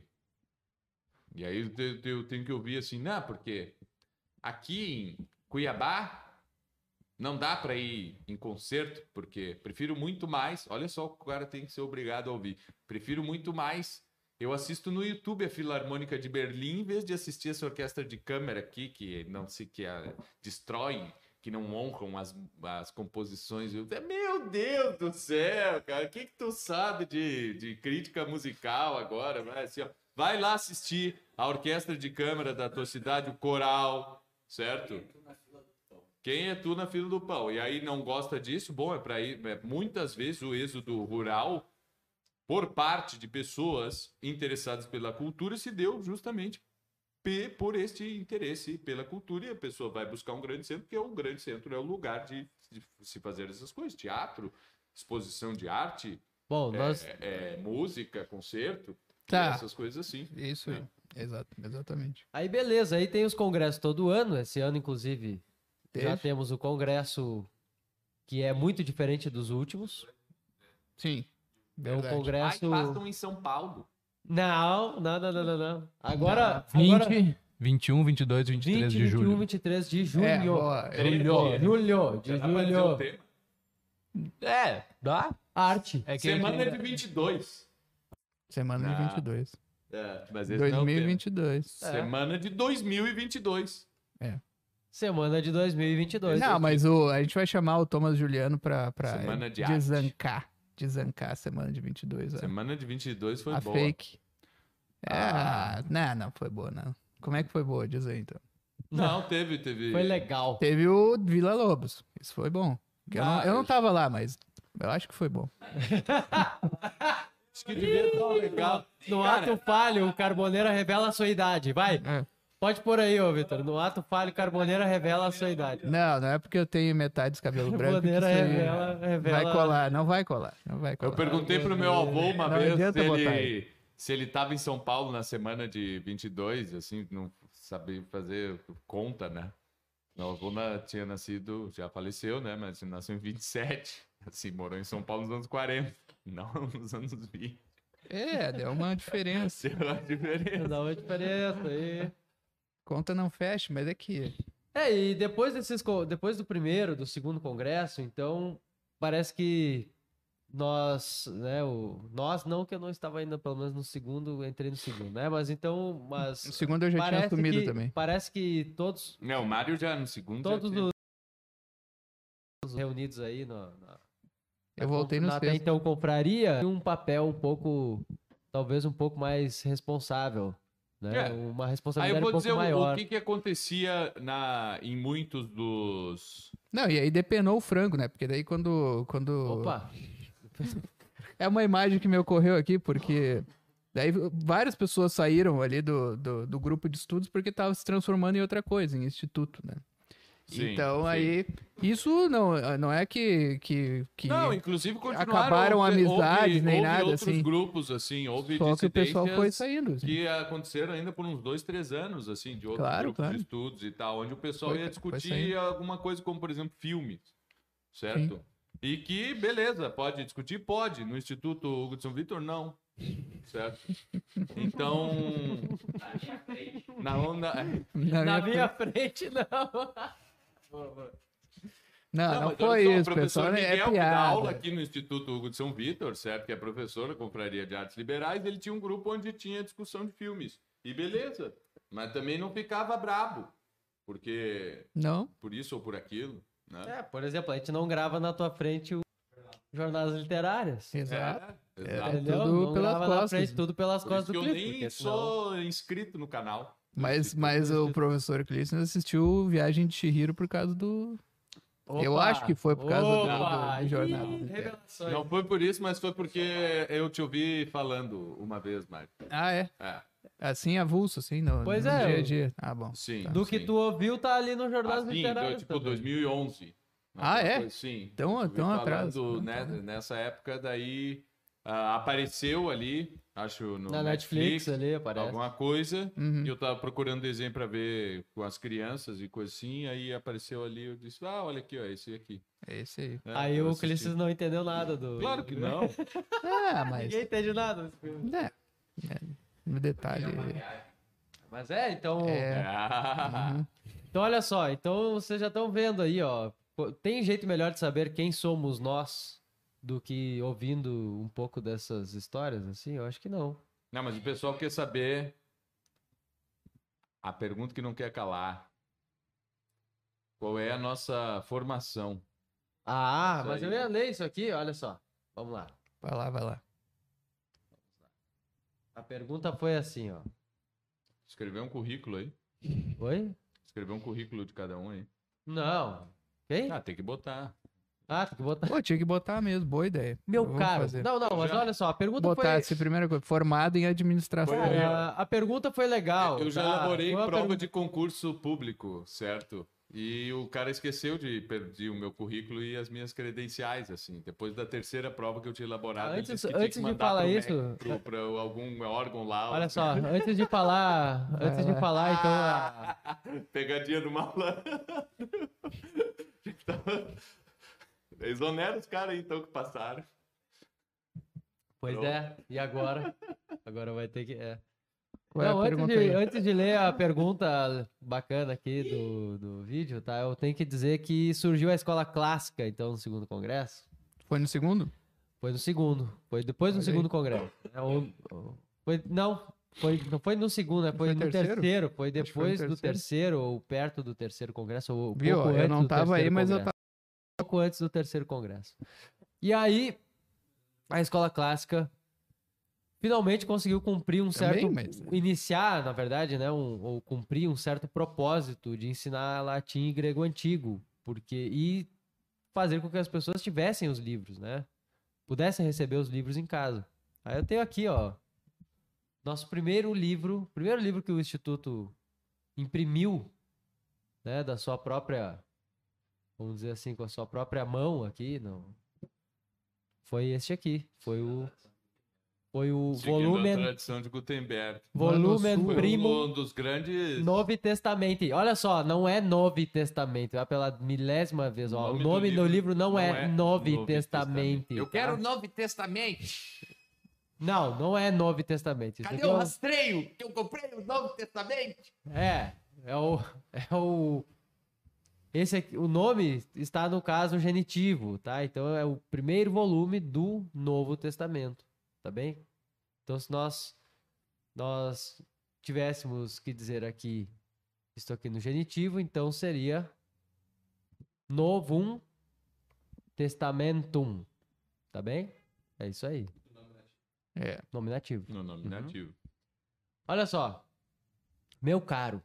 e aí eu, te- te- eu tenho que ouvir assim, não, porque aqui em Cuiabá não dá para ir em concerto, porque prefiro muito mais. Olha só, o cara tem que ser obrigado a ouvir. Prefiro muito mais. Eu assisto no YouTube a Filarmônica de Berlim em vez de assistir essa orquestra de câmara aqui, que não sei que a, destrói, que não honram as, as composições. Eu- Meu Deus do céu, cara, o que, que tu sabe de, de crítica musical agora? Vai, assim, ó, vai lá assistir a orquestra de câmara da tua cidade, o coral, certo? Quem é tu na fila do pão? E aí não gosta disso? Bom, é para ir. é, muitas vezes o êxodo rural, por parte de pessoas interessadas pela cultura, se deu justamente pe- por este interesse pela cultura. E a pessoa vai buscar um grande centro, porque o grande centro é o lugar de, de se fazer essas coisas: teatro, exposição de arte, Bom, nós. é, música, concerto, Tá. essas coisas assim. Isso, aí. Exato, exatamente. Aí beleza, aí tem os congressos todo ano. Esse ano, inclusive, já Teve? temos o congresso que é muito diferente dos últimos. Sim. É um Verdade. congresso. Aí passam em São Paulo. Não, não, não, não, não, não. Agora. 20, agora... 21, 22, 23 20, um, de 21, julho. 23 de junho. É, ó, Julho, julho, de Já tá dá pra dizer o julho. tema. É, dá. Arte. É que Semana é de 22. é, semana Ah, de 22. É, mas esse não é o tema. 2022. Semana de 2022. Semana de 2022. Não, mas o, a gente vai chamar o Thomas Juliano pra, pra Semana de arte. desancar. Desancar a semana de 22. ó. Semana de 22 foi É. a boa. Ah. fake. É, não, não foi boa, não. Como é que foi boa? Diz aí, então. Não, teve, teve. Foi legal. Teve o Vila Lobos. Isso foi bom. Que eu, não, Ah, eu não eu- tava lá, mas eu acho que foi bom. Acho que devia dar legal. No ato falho, o Carboneira revela a sua idade. Vai. É. Pode pôr aí, ô Vitor. No ato falho, o Carboneira revela a sua idade. Não, não é porque eu tenho metade dos cabelos brancos. que Carboneira isso aí é revela, revela. Vai colar, não vai colar. Não vai Eu colar. perguntei pro meu avô uma Não vez se adianta botar ele, aí. se ele tava em São Paulo na semana de 22, assim, não sabia fazer conta, né? Meu avô na- tinha nascido, já faleceu, né? Mas nasceu em 27. Assim, morou em São Paulo nos anos 40, não nos anos 20. É, deu uma diferença. Deu a diferença. Dá uma diferença aí. Conta não fecha, mas é que. É, e depois, desses, co- depois do primeiro, do segundo congresso, então, parece que nós, né, o, nós não que eu não estava ainda, pelo menos no segundo, eu entrei no segundo, né, mas então, O mas segundo eu já tinha parece assumido que, também. parece que todos, Não, o Mário já no segundo. já todos tinha- os reunidos aí na- na, Eu voltei no até sexto. então compraria um papel um pouco, talvez um pouco mais responsável, né? É. Uma Aí eu responsabilidade vou um pouco dizer o- o, maior. que, que acontecia na, em muitos dos. Não, e aí depenou o frango, né? Porque daí quando. quando... Opa, É uma imagem que me ocorreu aqui, porque. Daí várias pessoas saíram ali do, do, do grupo de estudos porque estava se transformando em outra coisa, em instituto, né? Sim, então sim. aí. Isso não, não é que. que, que... Não, inclusive continuaram. acabaram amizades, nem houve nada, outros assim. grupos, assim, houve Só que o pessoal foi dissidências saindo. assim. que aconteceram ainda por uns dois, três anos, assim, de outros Claro, grupos claro. de estudos e tal, onde o pessoal Foi- ia foi discutir saindo. alguma coisa como, por exemplo, filmes, certo? E que, beleza, pode discutir? Pode. No Instituto Hugo de São Vitor, não. Certo? Então. Na onda. é, Na na minha- minha frente não. Ah, Não, não, mas olha foi só, isso, o professor pessoal. né? Miguel, é que dá aula piada. aqui no Instituto Hugo de São Vitor, certo? Que é professor da Confraria de Artes Liberais, ele tinha um grupo onde tinha discussão de filmes. E beleza. Mas também não ficava brabo. Porque Não, por isso ou por aquilo, né? É, por exemplo, a gente não grava na tua frente o jornadas literárias. exato. É, exato. é Entendeu? tudo não pelas grava costas. na frente tudo pelas Por isso costas que do eu clipe. nem porque senão- sou inscrito no canal. tipo Mas, mas o professor Cleison assistiu Viagem de Chihiro por causa do. Eu Opa! acho que foi por causa do- Opa! do, do jornal. Ih, revelações. Não foi por isso, mas foi porque eu te ouvi falando uma vez, Mário. Ah, é. É, Assim, avulso, assim, no, Pois no é, dia a eu- dia. Ah, bom. sim. Do que sim. tu ouviu tá ali no Jornadas Assim, então, Literárias. tipo também. 2011. Ah, Alguma é? coisa, Sim. Tão- Eu ouvi tão falando, atrás, tão né, atrás. Nessa época, daí ah, apareceu ali, acho no na Netflix, ali aparece. alguma coisa. Uhum. E eu tava procurando desenho pra ver com as crianças e coisa assim. Aí apareceu ali, eu disse, ah, olha aqui, ó, esse aqui. É esse aí. né, Aí eu o assisti. Clício não entendeu nada do. Claro que não. Ah, mas. Ninguém entende nada desse filme. né, né, no detalhe. Mas é, então. É. Ah, Uhum. Então olha só, então vocês já estão vendo aí, ó. Pô, Tem jeito melhor de saber quem somos nós do que ouvindo um pouco dessas histórias, assim? Eu acho que não. Não, mas o pessoal quer saber a pergunta que não quer calar. Qual é a nossa formação? Ah, Isso mas aí. eu ia ler isso aqui, olha só. Vamos lá. Vai lá, vai lá. A pergunta foi assim, ó. Escrever um currículo aí. Oi? Escrever um currículo de cada um aí. Não. Quem? Ah, tem que botar. Ah, tem que botar. Pô, tinha que botar mesmo, boa ideia. Meu Vamos caro. fazer. Não, não, mas Já. olha só, a pergunta botar foi. essa primeira coisa. Formado em administração. Foi eu. Ah, a pergunta foi legal. eu já tá? elaborei Foi uma prova pergunta- de concurso público, certo? E o cara esqueceu de pedir o meu currículo e as minhas credenciais, assim. Depois da terceira prova que eu tinha elaborado, Ah, ele antes- disse que tinha antes que de mandar falar pro isso- MEC, pro- pra algum órgão lá. assim. Olha só, então, antes de falar, antes de falar, então, Ah, a- Pegadinha do malandro. Então, Exonera os caras aí, então, que passaram. Pois Pronto. é, e agora? Agora vai ter que. é. Qual é Não, a antes, pergunta de, aí? antes de ler a pergunta bacana aqui do, do vídeo, tá? Eu tenho que dizer que surgiu a escola clássica, então, no segundo congresso. Foi no segundo? Foi no segundo. Foi depois do Olha segundo aí. congresso. É, ou- ou- foi- não, foi, não foi no segundo, né? Foi, Foi no terceiro? terceiro. Foi Acho que foi no depois do terceiro. terceiro, ou perto do terceiro congresso, ou um Viu? pouco Eu antes não do tava aí, terceiro mas eu congresso. Um tava. pouco antes do terceiro congresso. E aí, a escola clássica finalmente conseguiu cumprir um certo. Também, mas- né? Iniciar, na verdade, né? um- ou cumprir um certo propósito de ensinar latim e grego antigo. Porque. E fazer com que as pessoas tivessem os livros, né? Pudessem receber os livros em casa. Aí eu tenho aqui, ó. Nosso primeiro livro, primeiro livro que o Instituto imprimiu, né, da sua própria vamos dizer assim, com a sua própria mão aqui, não. Foi este aqui. Foi o. Foi o Seguindo a volumen. tradição de Gutenberg. Volumen Foi Foi Primo um dos grandes. Novo Testamento. Olha só, não é Novo Testamento. É pela milésima vez. Ó. O nome do livro, não, é, Novo Testamento. é Eu tá? quero Novo Testamento. Não, não é Novo Testamento. Isso Cadê aqui é o o- rastreio que eu comprei no Novo Testamento? É, é o, é o. Esse aqui, o nome está no caso genitivo, tá? Então é o primeiro volume do Novo Testamento, tá bem? Então se nós nós tivéssemos que dizer aqui isso aqui no genitivo, então seria Novum Testamentum, tá bem? É isso aí, É. nominativo. No nominativo. Olha só. Meu caro.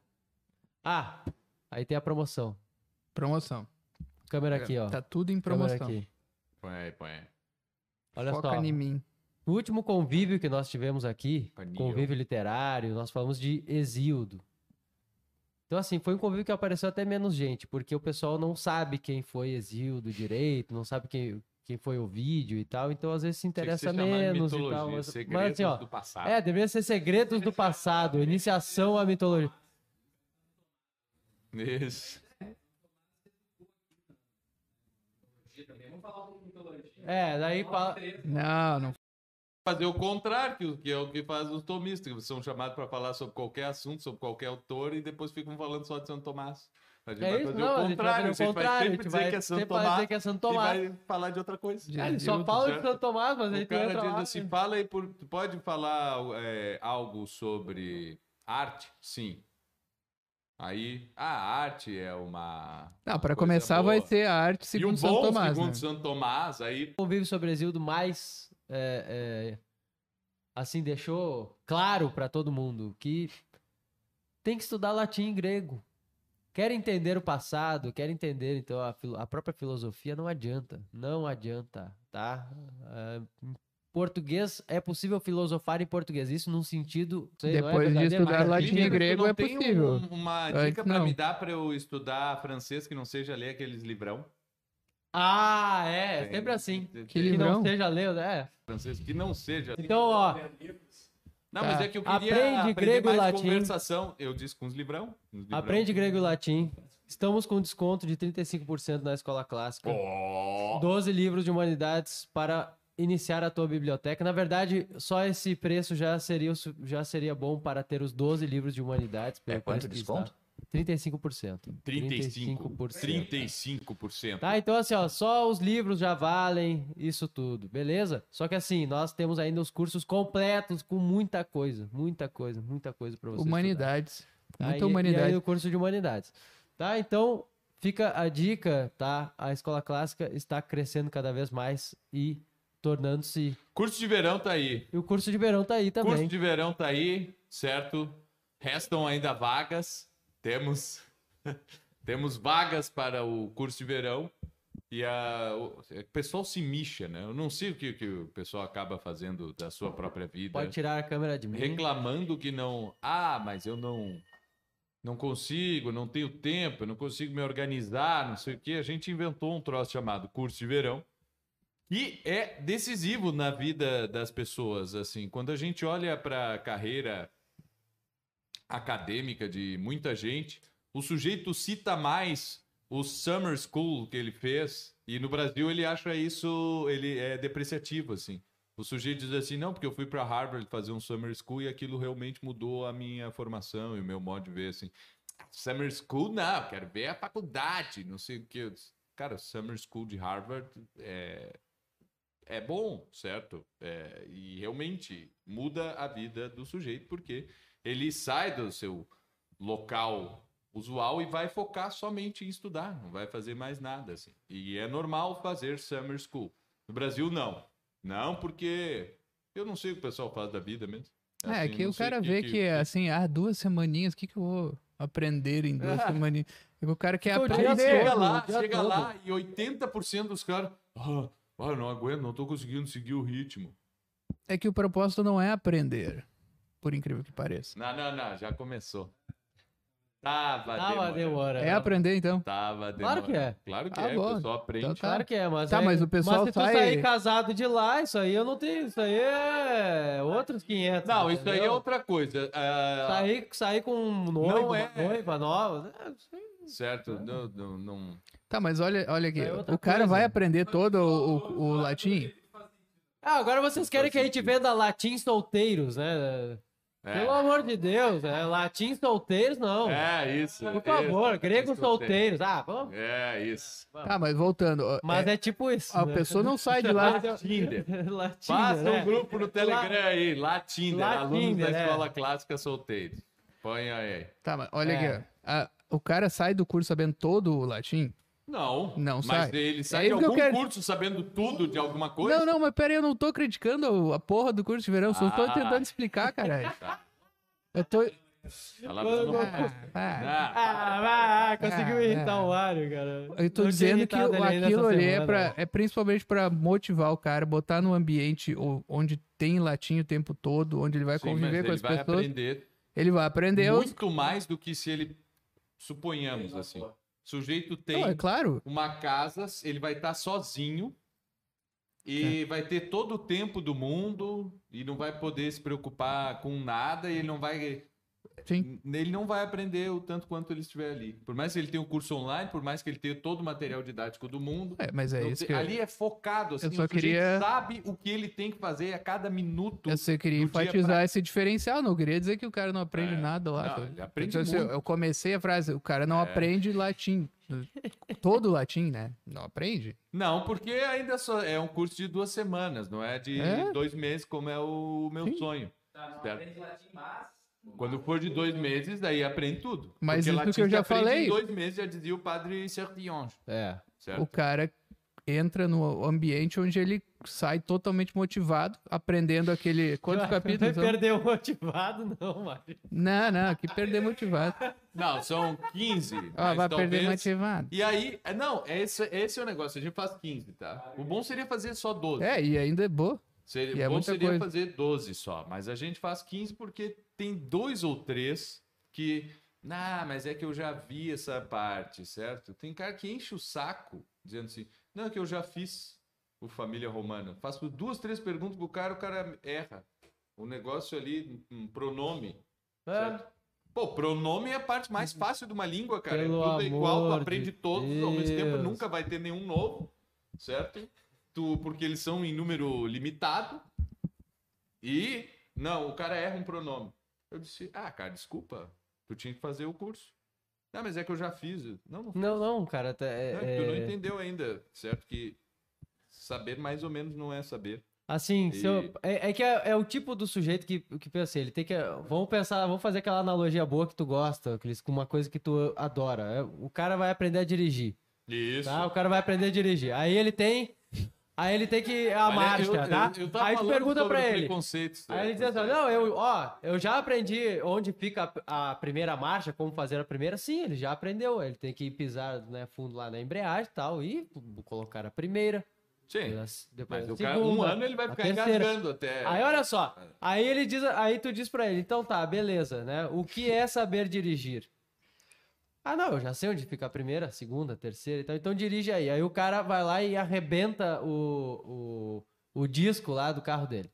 Ah, aí tem a promoção. Promoção. Câmera aqui, ó. Tá tudo em Câmera promoção. aqui. Põe aí, põe aí. Olha Foca só. em mim. O último convívio que nós tivemos aqui, Paninho. convívio literário, nós falamos de Exildo. Então, assim, foi um convívio que apareceu até menos gente, porque o pessoal não sabe quem foi Exildo direito, não sabe quem, quem foi o vídeo e tal, então às vezes se Tinha que interessa ser chamado de menos e mitologia, tal. Mas, mas segredos assim, ó, do passado. é, deveria ser Segredos do Passado, Iniciação à Mitologia. Isso. É, daí fala. Não, não. Fazer o contrário, que o- que é o que faz os tomistas, que são chamados para falar sobre qualquer assunto, sobre qualquer autor, e depois ficam falando só de Santo Tomás. A gente É vai isso, fazer não, o a gente vai contrário, fazer o vai contrário, sempre a gente dizer que vai é Santo sempre vai Tomás, dizer que é Santo Tomás. e vai falar de outra coisa. Ah, ele só fala de já- Santo Tomás, mas ele O cara entra diz lá. assim, fala aí, por, tu pode falar é, algo sobre arte? Sim. Aí, ah, a arte é uma... Não, Ah, pra Coisa começar boa. vai ser a arte e um segundo bom Santo Tomás, segundo né? Santo Tomás, aí... convívio sobre Exildo mais é, é, assim deixou claro para todo mundo que tem que estudar latim e grego. Quer entender o passado, quer entender então a, filo- a própria filosofia, não adianta, não adianta, tá? Ah, em português é possível filosofar em português, isso num sentido sei, não é Depois de verdadeiro, estudar mas- latim e Líder, tu grego não é tem um- possível. uma Antes dica pra não. me dar pra eu estudar francês que não seja ler aqueles livrão? Ah, é, Tem. sempre assim. Que Que, não livrão. seja leu, né? Francês que não seja... Então, ó, Não, Tá. mas é que eu queria Aprende aprender grego e mais latim. conversação. Eu disse com os livrão. uns livrão. Aprende grego e latim. Estamos com desconto de 35% na escola clássica. 12 livros de humanidades para iniciar a tua biblioteca. Na verdade, só esse preço já seria, o su- já seria bom para ter os 12 livros de humanidades. pelo É quanto preço que desconto? está. 35%. 35%. 35%. Tá, então assim, ó, só os livros já valem isso tudo, beleza? Só que assim, nós temos ainda os cursos completos com muita coisa, muita coisa, muita coisa para você. estudar. Humanidades. Tá? E- Muita E aí humanidade. o curso de humanidades. Tá? Então, fica a dica, tá? A escola clássica está crescendo cada vez mais e tornando-se. Curso de verão tá aí. E o curso de verão tá aí também. Curso de verão tá aí, certo? Restam ainda vagas. Temos temos vagas para o curso de verão. E a, o o pessoal se mixa, né? Eu não sei o que, que o pessoal acaba fazendo da sua própria vida. Pode tirar a câmera de mim. reclamando que não. Ah, mas eu não não consigo, não tenho tempo, eu não consigo me organizar, não sei o quê. A gente inventou um troço chamado curso de verão. E é decisivo na vida das pessoas, assim. Quando a gente olha para a carreira acadêmica de muita gente, o sujeito cita mais o summer school que ele fez, e no Brasil ele acha isso, ele é depreciativo, assim. O sujeito diz assim, não, porque eu fui para Harvard fazer um summer school e aquilo realmente mudou a minha formação e o meu modo de ver, assim. Summer school, não, eu quero ver a faculdade, não sei o que. Eu disse, Cara, summer school de Harvard é, é bom, certo? É, e realmente muda a vida do sujeito, porque ele sai do seu local usual e vai focar somente em estudar, não vai fazer mais nada, assim. E é normal fazer summer school. No Brasil, não. Não, porque eu não sei o que o pessoal faz da vida mesmo. É, Assim, que não o sei cara vê que, é assim, ah, duas semaninhas, o que, que eu vou aprender em duas semaninhas? O cara quer Tô Aí um dia aprender. chega todo, o lá, dia chega todo. lá e 80% dos caras. Ah, ah, não aguento, não tô conseguindo seguir o ritmo. É que o propósito não é aprender, por incrível que pareça. Não, não, não, já começou. Tava, Tava demorando. Tá demora. É aprender, então. Tava Claro demorando. que é. Claro que Ah, é, bom. o pessoal aprende. Então tá. Claro que é, mas. Tá, é- mas o pessoal se tu sai- sair casado de lá, isso aí eu não tenho. Isso aí é outros 500. Não, isso aí é entendeu? outra coisa. ah, Sair, sair com um noivo, Não é. uma noiva nova. né? Certo, não, não, não- Tá, mas olha, olha aqui. É outra O cara coisa. vai aprender todo o, o- o latim. Ah, agora vocês é querem que a gente venda latins solteiros, né? Pelo amor de Deus, é, latins solteiros não. É, isso. Por favor, isso, gregos isso que eu tenho. solteiros. Ah, vamos. É, isso. Tá, mas voltando. ó, Mas é- é, tipo isso. a né? pessoa não sai de lá. Tinder. Latina, Faça né? um grupo no Telegram aí, lá Tinder, Lá alunos Tinder, da é. escola clássica solteiro. Põe aí. Tá, mas olha É. aqui. ó. A- o cara sai do curso sabendo todo o latim? Não, Não mas sai. ele É sai de isso que eu algum quero. curso sabendo tudo de alguma coisa. Não, não, mas pera aí, eu não tô criticando a porra do curso de verão, só tô Ah. tentando explicar, caralho. Eu tô. Tá lá, mas não- Ah, Ah, Ah, vai, ah, conseguiu Ah, irritar é. o Wario, cara. Eu tô Não tinha dizendo que irritado o- ele ainda aquilo essa ali é, semana. pra, é principalmente pra motivar o cara, botar num ambiente o- onde tem latim o tempo todo, onde ele vai sim, mas conviver com ele as vai pessoas. aprender Ele vai aprender. os- muito mais do que se ele suponhamos assim. O sujeito tem Não, é claro. uma casa, ele vai estar sozinho É. e vai ter todo o tempo do mundo e não vai poder se preocupar com nada e ele não vai Sim. ele não vai aprender o tanto quanto ele estiver ali. Por mais que ele tenha o curso online, por mais que ele tenha todo o material didático do mundo, É, mas é não isso tem- que eu, ali é focado assim, eu só o sujeito queria- sabe o que ele tem que fazer a cada minuto. eu só queria do dia enfatizar pra- esse diferencial. Não queria dizer que o cara não aprende É. nada lá. Não, cara. ele aprende eu, disse assim, muito. É. eu comecei a frase, o cara não aprende latim. Todo latim, né? Não aprende. Não, porque ainda só é um curso de duas semanas, não é de É? dois meses, como é o meu Sim. sonho. certo? Quando for de dois meses, daí aprende tudo. Mas isso latim que eu se já aprende falei. Em dois meses já dizia o padre Sertion, É. certo? O cara entra no ambiente onde ele sai totalmente motivado, aprendendo aquele. Quantos capítulos? são? Perdeu o motivado, não, Wario. Não, não, que perder motivado. Não, são 15. Ó, mas Ah, vai perder talvez- motivado. E aí, é, não, esse, esse é o negócio. A gente faz 15, tá? O bom seria fazer só 12. É, e ainda é boa. Seria, e é bom muita seria coisa. fazer 12 só, mas a gente faz 15 porque tem dois ou três que. Ah, mas é que eu já vi essa parte, certo? Tem cara que enche o saco dizendo assim: não, é que eu já fiz o Família Romana. Faço duas, três perguntas pro cara, o cara erra. O negócio ali, um pronome, certo? Pô, pronome é a parte mais fácil de uma língua, cara. Uhum. Pelo é tudo igual, tu amor aprende de todos, ao mesmo tempo Deus. nunca vai ter nenhum novo, certo? Tu, porque eles são em número limitado. E, não, o cara erra um pronome. Eu disse, ah, cara, desculpa, tu tinha que fazer o curso. Não, mas é que eu já fiz. Eu, Não, não, Não, não, cara. tá- é- não, é que tu não é- entendeu ainda, certo? Que saber mais ou menos não é saber. Assim, se eu- E- é, é que é, é o tipo do sujeito que, que pensa, assim, ele tem que. Vamos pensar, vamos fazer aquela analogia boa que tu gosta, Cris, com uma coisa que tu adora. É, O cara vai aprender a dirigir. Isso. Tá? O cara vai aprender a dirigir. Aí ele tem. Aí ele tem que. A Olha, marcha, eu- tá? eu- eu tava aí tu falando pergunta sobre pra ele. preconceitos, é, Aí ele diz certo? assim: não, eu, ó, eu já aprendi onde fica a, a primeira marcha, como fazer a primeira. Sim, ele já aprendeu. Ele tem que pisar né, fundo lá na embreagem e tal, e colocar a primeira. Sim. depois a É, Mas o segunda, cara, um ano ele vai É, a ficar terceira. engasgando até. Aí olha só, aí ele diz, aí tu diz pra ele, então tá, beleza, né? O que é saber dirigir? Ah, não, eu já sei onde fica a primeira, a segunda, a terceira, então, então dirige aí. Aí o cara vai lá e arrebenta o, o, o disco lá do carro dele.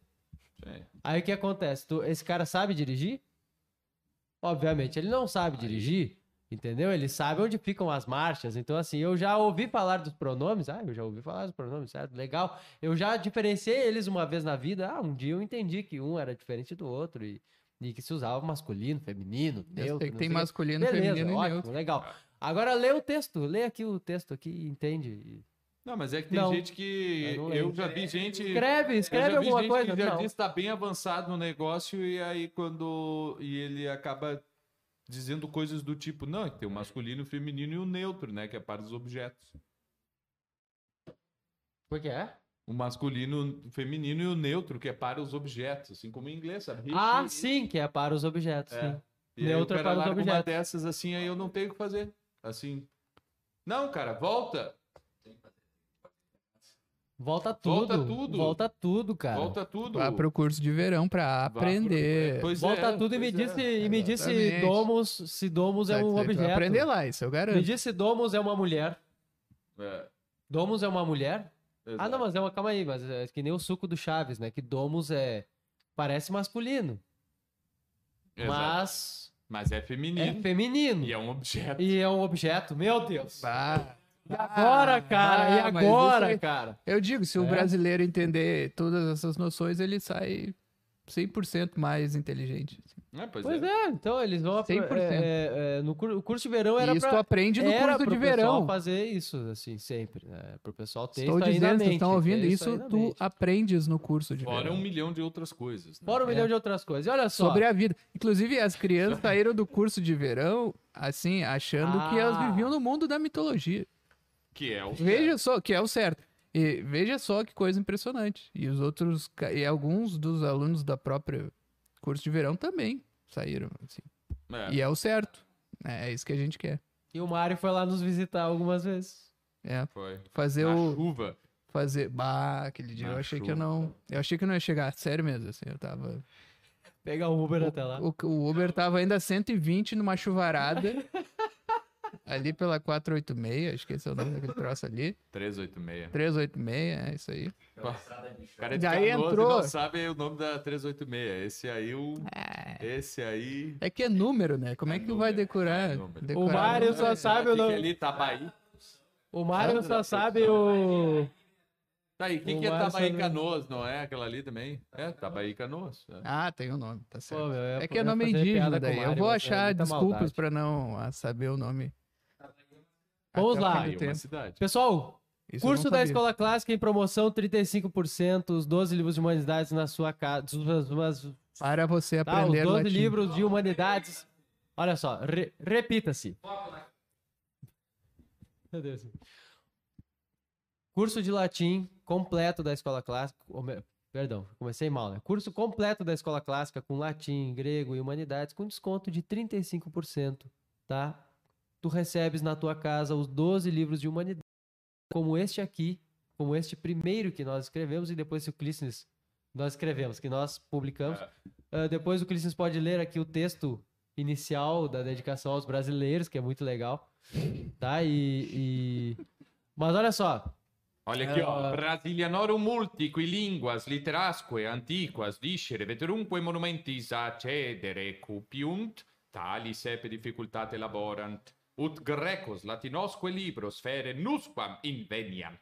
Sim. Aí o que acontece? Tu- esse cara sabe dirigir? Obviamente, ele não sabe dirigir, entendeu? Ele sabe onde ficam as marchas. Então, assim, eu já ouvi falar dos pronomes. Ah, eu já ouvi falar dos pronomes, certo? Legal. Eu já diferenciei eles uma vez na vida. Ah, um dia eu entendi que um era diferente do outro e, e que se usava masculino, feminino, Eu neutro. sei que não sei tem o quê. masculino, Beleza, feminino e ótimo, neutro. Ah. legal. Agora lê o texto, lê aqui o texto aqui e entende. E- Não, mas é que tem Não. gente que. Eu não Eu lembro. já vi gente. Escreve, eu já escreve vi alguma gente coisa. Que já Não. diz que tá bem avançado no negócio e aí quando. E ele acaba dizendo coisas do tipo: não, é que tem o masculino, o feminino e o neutro, né? Que é para os objetos. Por que é? O masculino, o feminino e o neutro, que é para os objetos, assim como em inglês, sabe? Ah, Rich- sim, que é para os objetos. É. Sim. E aí o Neutra cara para os larga uma objetos. dessas assim, aí eu não tenho o que fazer. Assim. Não, cara, volta. Volta tudo. Volta tudo. Volta tudo, cara. Volta tudo. Vá pro curso de verão pra Vá pro- aprender. Pois é, Volta tudo e me pois disse, é. e me disse se Exatamente. Domus, se Domus é Vai- um vai objeto. Aprender lá, né? isso eu Me garanto. disse se Domus é uma mulher. É, Domus é uma mulher? Ah, exato. não, mas é uma. Calma aí, mas é que nem o suco do Chaves, né? Que Domus é. Parece masculino, Exato. mas Mas é é feminino. feminino. E é um objeto. E é um objeto, meu Deus. Bah, E agora, cara? e ah, mas agora, isso aí- cara? Eu digo, É. se o brasileiro entender todas essas noções, ele sai 100% mais inteligente. Ah, pois Pois é. é, então eles vão... 100%. é, é, no cur- o curso de verão era e isso pra... tu aprende no era curso pro de pessoal verão. fazer isso, assim, sempre. Né? Pro pessoal ter Estou isso aí na dizendo, vocês mente, estão ter ouvindo, isso, aí na tu mente. aprendes no curso de Fora verão. um milhão de outras coisas. Né? Fora um milhão de outras coisas. E olha só. É. Sobre a vida. Inclusive, as crianças saíram do curso de verão, assim, achando que elas viviam no mundo da mitologia. Que é o. Veja só, que é o certo. E veja só que coisa impressionante. E os outros, ca- e alguns dos alunos da própria curso de verão também saíram, assim. É. E é o certo. É, é isso que a gente quer. E o Mário foi lá nos visitar algumas vezes. É, Foi. fazer Na o... chuva. Fazer... Bah, aquele dia eu Na achei que eu chuva. não... Eu achei que eu não ia chegar, sério mesmo, assim, eu tava... Pegar o Uber até lá. O, o Uber tava ainda 120 numa chuvarada. ali pela 486, acho que esse é o nome daquele troço ali. 386. 386, é isso aí. O cara é de Daí Canoas e entrou. não sabe o nome da 386. Esse aí, o. É. Esse aí. É que é número, né? Como é que tu vai decorar? número. decorar um O Mário número? só sabe o Fica nome. ali, Tabaí. O Mário só sabe o. Tá aí, o que, O que é Mário Tabaí sabe- Canoas? Não é aquela ali também? É, Tabaí Canoas. É. Ah, tem o nome, tá certo. Pô, meu, eu é ia- que é eu ia fazer nome piada indígena com o daí. Eu Mário, vou mas é achar muita desculpas maldade. pra não ah, saber o nome. Vamos Até o lá. fim Aí, do uma tempo. cidade. Pessoal, Isso eu não curso da sabia. Escola Clássica em promoção 35%, os 12 livros de humanidades na sua casa, Para você tá, os aprender 12 latim. livros de humanidades. Olha só, re- repita-se. Meu Deus. Curso de latim completo da Escola Clássica, ou me- perdão, comecei mal, né? Curso completo da Escola Clássica com latim, grego e humanidades com desconto de 35%, tá? tu recebes na tua casa os 12 livros de humanidade, como este aqui, como este primeiro que nós escrevemos e depois se o Clístenes nós escrevemos, que nós publicamos. Ah, depois o Clístenes pode ler aqui o texto inicial da dedicação aos brasileiros, que é muito legal, tá? E, e- mas olha só, Olha aqui, Ah. ó. Brasilianorum multi, qui linguas literasque antiquas discere, veterumque monumentis accedere cupiunt, talis epe difficultate laborant, ut grecos latinosque libros fere nusquam inveniant,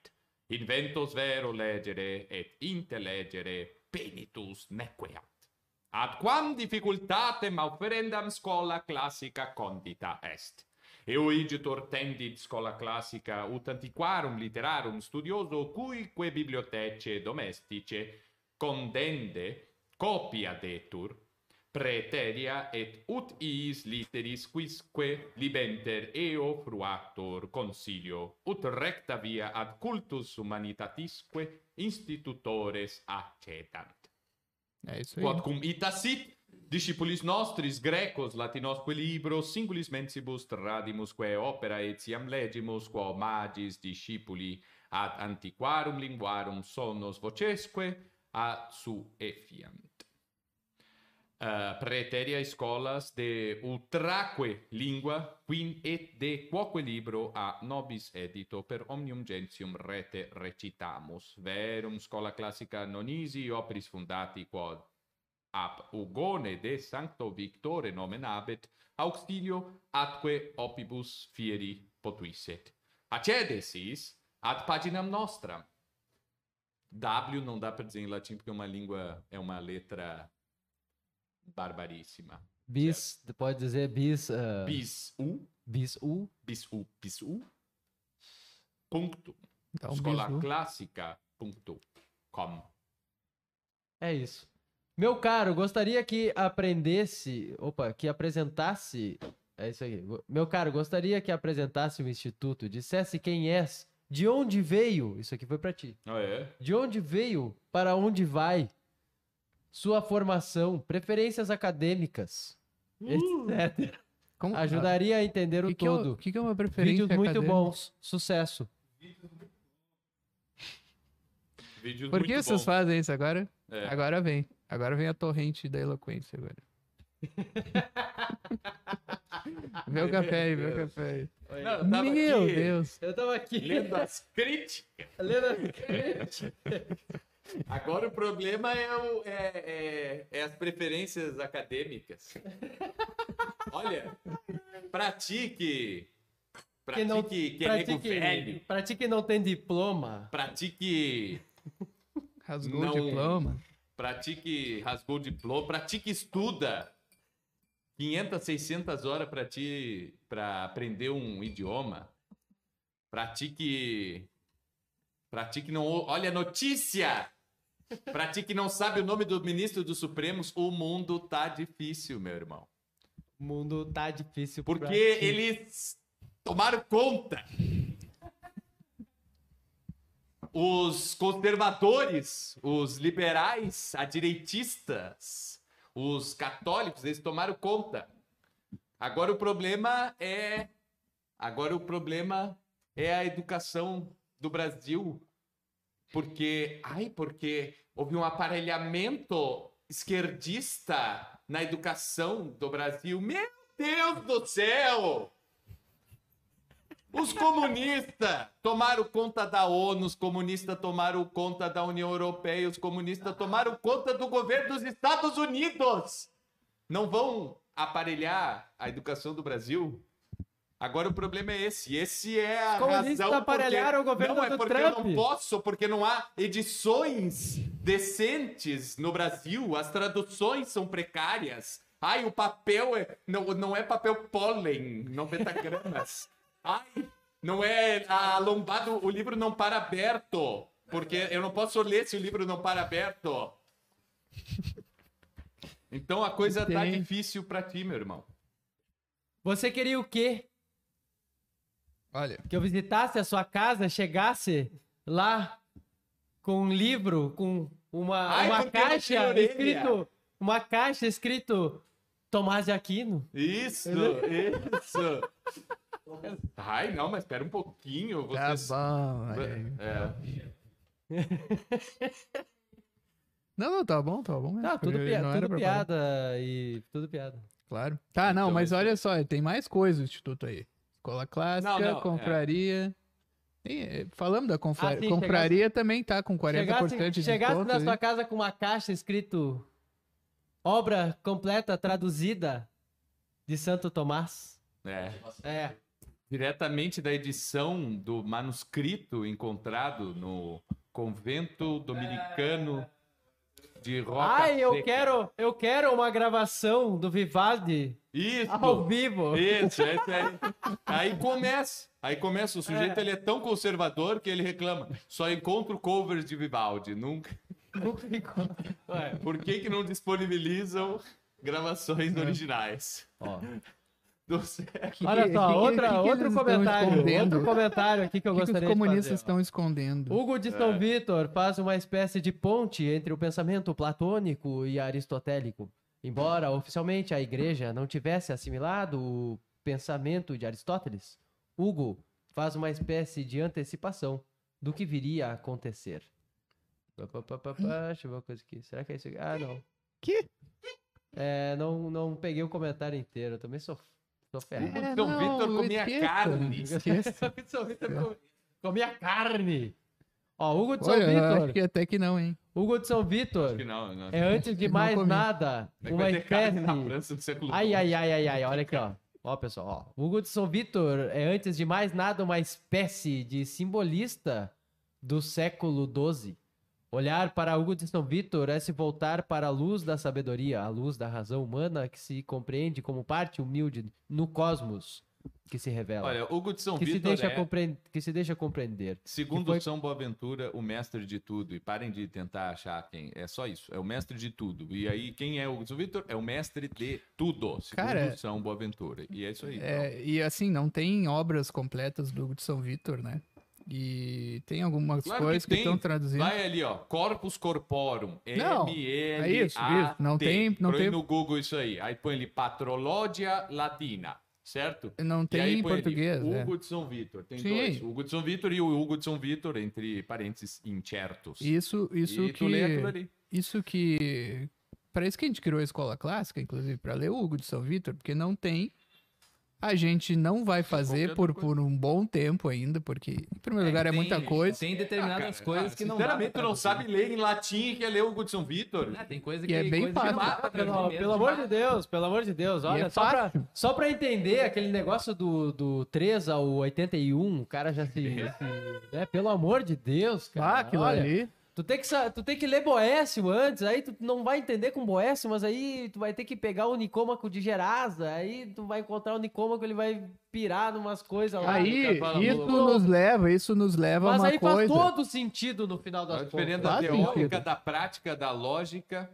inventos vero legere et intelegere penitus nequeat. Ad quam difficultatem offerendam scola classica condita est. Eu igitor tendit scola classica ut antiquarum literarum studioso cuique bibliothece domestice condende copia detur preteria et ut iis literis quisque libenter eo fruactor consilio ut recta via ad cultus humanitatisque institutores accedant. É isso aí. Quod cum ita sit, discipulis nostris grecos latinosque libro singulis mensibus tradimusque opera etiam legimus quo magis discipuli ad antiquarum linguarum sonos vocesque ad su effiant. Uh, preteria scolas de utraque lingua quin et de quoque libro a nobis edito per omnium gentium rete recitamus verum scola classica nonisi operis fundati quod ab Ugone de Sancto Victore nomen habet, auxilio atque opibus fieri potuisset. Accedesis ad paginam nostram. W não dá pra dizer em latim porque é uma língua, é uma letra barbaríssima. bis, pode dizer bis, ah, Bis u, bis u, bis u, bis u. Ponto. Dá um Escola bisu. clássica. Ponto. Com. É isso. Meu caro, gostaria que aprendesse, opa, que apresentasse, é isso aí. Go- Meu caro, gostaria que apresentasse o instituto, dissesse quem és, de onde veio, isso aqui foi pra ti. Ah, é? De onde veio, para onde vai, sua formação, preferências acadêmicas, Uh. etc. Como- Ajudaria a entender o Ah, que que é o- todo. que, que é uma preferência Vídeos muito acadêmica? bons, sucesso. Vídeos Por que muito vocês bons. fazem isso agora? É. Agora vem. Agora vem a torrente da eloquência agora. vê o café aí, vê o café aí. Não, eu tava Meu aqui Deus. Eu tava aqui Lendo as críticas. lendo as- Agora o problema é, o- é- é- é as preferências acadêmicas. Olha, pra ti que Pratique que é nego velho. pratique que não tem diploma. Pratique. Rasgou Não. o diploma. Pratique, rasgou o diploma, pratique, estuda. 500, 600 horas para ti para aprender um idioma. Pratique pratique não ou- olha a notícia. Pratique não sabe o nome do ministro dos Supremos, o mundo tá difícil, meu irmão. O mundo tá difícil Porque pra ti. eles tomaram conta. Os conservadores, os liberais, a direitistas, os católicos, eles tomaram conta. Agora o problema é agora o problema é a educação do Brasil. Porque ai, porque houve um aparelhamento esquerdista na educação do Brasil. Meu Deus do céu! Os comunistas tomaram conta da ONU, os comunistas tomaram conta da União Europeia, os comunistas tomaram conta do governo dos Estados Unidos. Não vão aparelhar a educação do Brasil? Agora o problema é esse. Esse é a Os comunistas razão porque- aparelharam o governo Não, é do porque eu não Trump. posso, porque não há edições decentes no Brasil. As traduções são precárias. Ai, o papel é... não, não é papel pólen, 90 gramas. Ai, não é a lombado, o livro não para aberto. Porque eu não posso ler se o livro não para aberto. Então a coisa tá Entendi. difícil pra ti, meu irmão. Você queria o quê? Olha, Que eu visitasse a sua casa, chegasse lá com um livro, com uma, Ai, uma porque eu não tenho caixa orelha. escrito. Uma caixa escrito Tomás de Aquino. Isso, isso. Ai, não, mas espera um pouquinho. tá Vocês... bom. aí. tá É. Não, não, tá bom, tá bom. Tá, tudo, Eu- pia- não era tudo pra parar. piada e tudo piada. Claro. Tá, não, Então, mas isso- olha só, tem mais coisa o Instituto aí. Escola Não, clássica, não, é. confraria. Tem, é, falando da confra... Ah, sim, confraria também tá com 40% de Chegasse, chegasse desconto. na aí. sua casa com uma caixa escrito obra completa traduzida de Santo Tomás. é. É. diretamente da edição do manuscrito encontrado no convento dominicano de Roca Ai, eu Seca. quero, eu quero uma gravação do Vivaldi Isso! ao vivo. Isso, é isso aí. Aí começa. Aí começa. O sujeito É. ele é tão conservador que ele reclama. Só encontro covers de Vivaldi. Nunca. Nunca encontrei. Ué, Por que, que não disponibilizam É. gravações originais? Do século. Que- Olha que- só, que- outra, que que outro eles estão comentário, escondendo? outro comentário aqui que eu O que, que gostaria os de comunistas fazer. ó. estão É. escondendo? Hugo de São Vitor faz uma espécie de ponte entre o pensamento platônico e aristotélico. Embora oficialmente a igreja não tivesse assimilado o pensamento de Aristóteles, Hugo faz uma espécie de antecipação do que viria a acontecer. Pá, pá, pá, pá, pá, Deixa eu ver uma coisa aqui. Será que é isso aqui? Ah, não. Hum? Que? É, não, não peguei o comentário inteiro. Eu também sou, sou ferrado. É, São não, Vitor comia esqueça, carne. Esqueça. São Vitor com, com a minha carne. Ó, Hugo de São Olha, eu Vitor. acho que até que não, hein? Hugo de São Vitor. Não, não. É antes de Não mais comi. nada, Como um é que uma vai ter carne espécie. na França do século Ai, ai, ai, ai, ai, olha aqui, ó. Ó, pessoal, ó. Hugo de São Vitor é antes de mais nada uma espécie de simbolista do século XII. Olhar para Hugo de São Vitor é se voltar para a luz da sabedoria, a luz da razão humana que se compreende como parte humilde no cosmos que se revela. Olha, Hugo de São que, se Vitor deixa é... compre- que se deixa compreender. Segundo Que foi- São Boaventura, o mestre de tudo. E parem de tentar achar quem. É só isso. É o mestre de tudo. E aí, quem é o São Vitor? É o mestre de tudo. Segundo Cara, São Boaventura. E é isso aí. então. É, e assim, não tem obras completas do Hugo de São Vitor, né? E tem algumas Claro que coisas que tem. estão traduzindo. Então, Vai ali, ó. Corpus corporum. Não, M-L-A-T. é isso, isso. Não tem- não Põe tem- no Google isso aí. Aí põe ali Patrologia Latina. Certo? Não E aí tem em põe ali, português, né? Hugo de São Vitor. Tem Sim. dois. Hugo de São Vitor e o Hugo de São Vitor, entre parênteses, incertos. Isso, isso e tu lê aquilo que, ali. isso que, para isso que a gente criou a escola clássica, inclusive, para ler o Hugo de São Vitor, porque não tem A gente não vai fazer Qualquer por, outra coisa. por um bom tempo ainda, porque, em primeiro lugar, é tem- muita coisa. Tem determinadas Ah, coisas que não dá. Sinceramente, tu não sabe ler em latim e quer ler o Goodson Vitor. Ah, tem coisa E que é bem coisa que fácil. mata pra Pelo, mim mesmo. pelo amor de Deus, pelo amor de Deus. Olha, é só, pra, fácil. só pra entender aquele negócio do, do 3 ao 81, o cara já se. se- né? Pelo amor de Deus, cara. Ah, aquilo Olha, ali. Tu tem, que, sa- tu tem que ler Boécio antes, aí tu não vai entender com Boécio, mas aí tu vai ter que pegar o Nicômaco de Gerasa, aí tu vai encontrar o Nicômaco, ele vai pirar numas coisas lá. Aí, tá cara fala, isso "Pô, nos leva, isso nos leva a mas uma aí faz coisa. todo sentido no final das A diferença contas. da Faz teórica, sentido. da prática, da lógica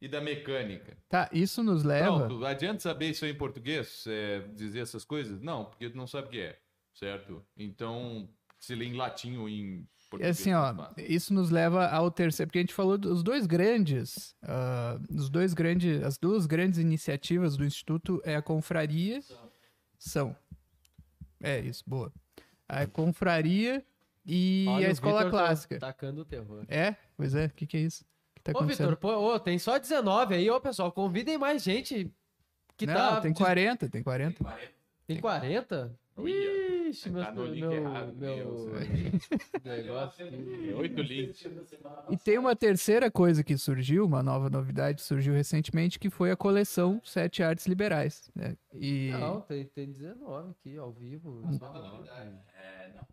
e da mecânica. Tá, isso nos leva. Pronto, adianta saber isso aí em português, é, dizer essas coisas? Não, porque tu não sabe o que é, certo? Então, se lê em latim ou em É português. assim, ó, tanto faz. isso nos leva ao terceiro, porque a gente falou dos dois grandes, ah, os dois grandes, as duas grandes iniciativas do Instituto é a confraria, são, é isso, boa, a confraria e Olha, é a o escola Vitor tá clássica, Tacando o terror. é, pois é, o que que é isso? O que tá Ô, acontecendo? Vitor, pô, ô, tem só 19 aí, ô, pessoal, convidem mais gente que Não, tá... tem 40, tem 40, Tem 40? Olha, Ixi, meu, tá no link meu, errado, meu, meu, negócio. aqui. Tem Oito links. e tem uma terceira coisa que surgiu, uma nova novidade que surgiu recentemente, que foi a coleção Sete Artes Liberais, né? e... Não, tem, tem 19 aqui, ao vivo.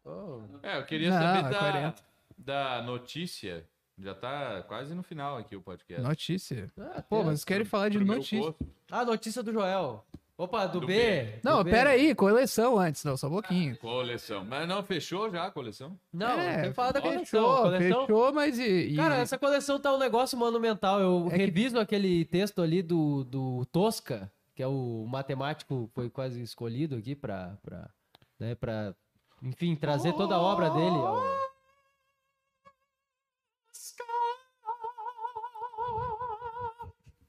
Ô, É, eu queria Não, saber é da, 40. da notícia. Já tá quase no final aqui o podcast. Notícia. ah, Pô, tem- mas querem falar de Pro meu notícia. gosto. Ah, notícia do Joel. Opa, do, Do B. B. do Não, B. pera aí, coleção antes, não, só um pouquinho. Coleção. Mas não, fechou já a coleção? Não, É, tem que falar da fechou, coleção. coleção... Fechou, mas e. e- Cara, essa coleção tá um negócio monumental. Eu É que- reviso aquele texto ali do, do Tosca, que é o matemático, foi quase escolhido aqui pra, pra, né, pra enfim, trazer toda a obra dele. ao-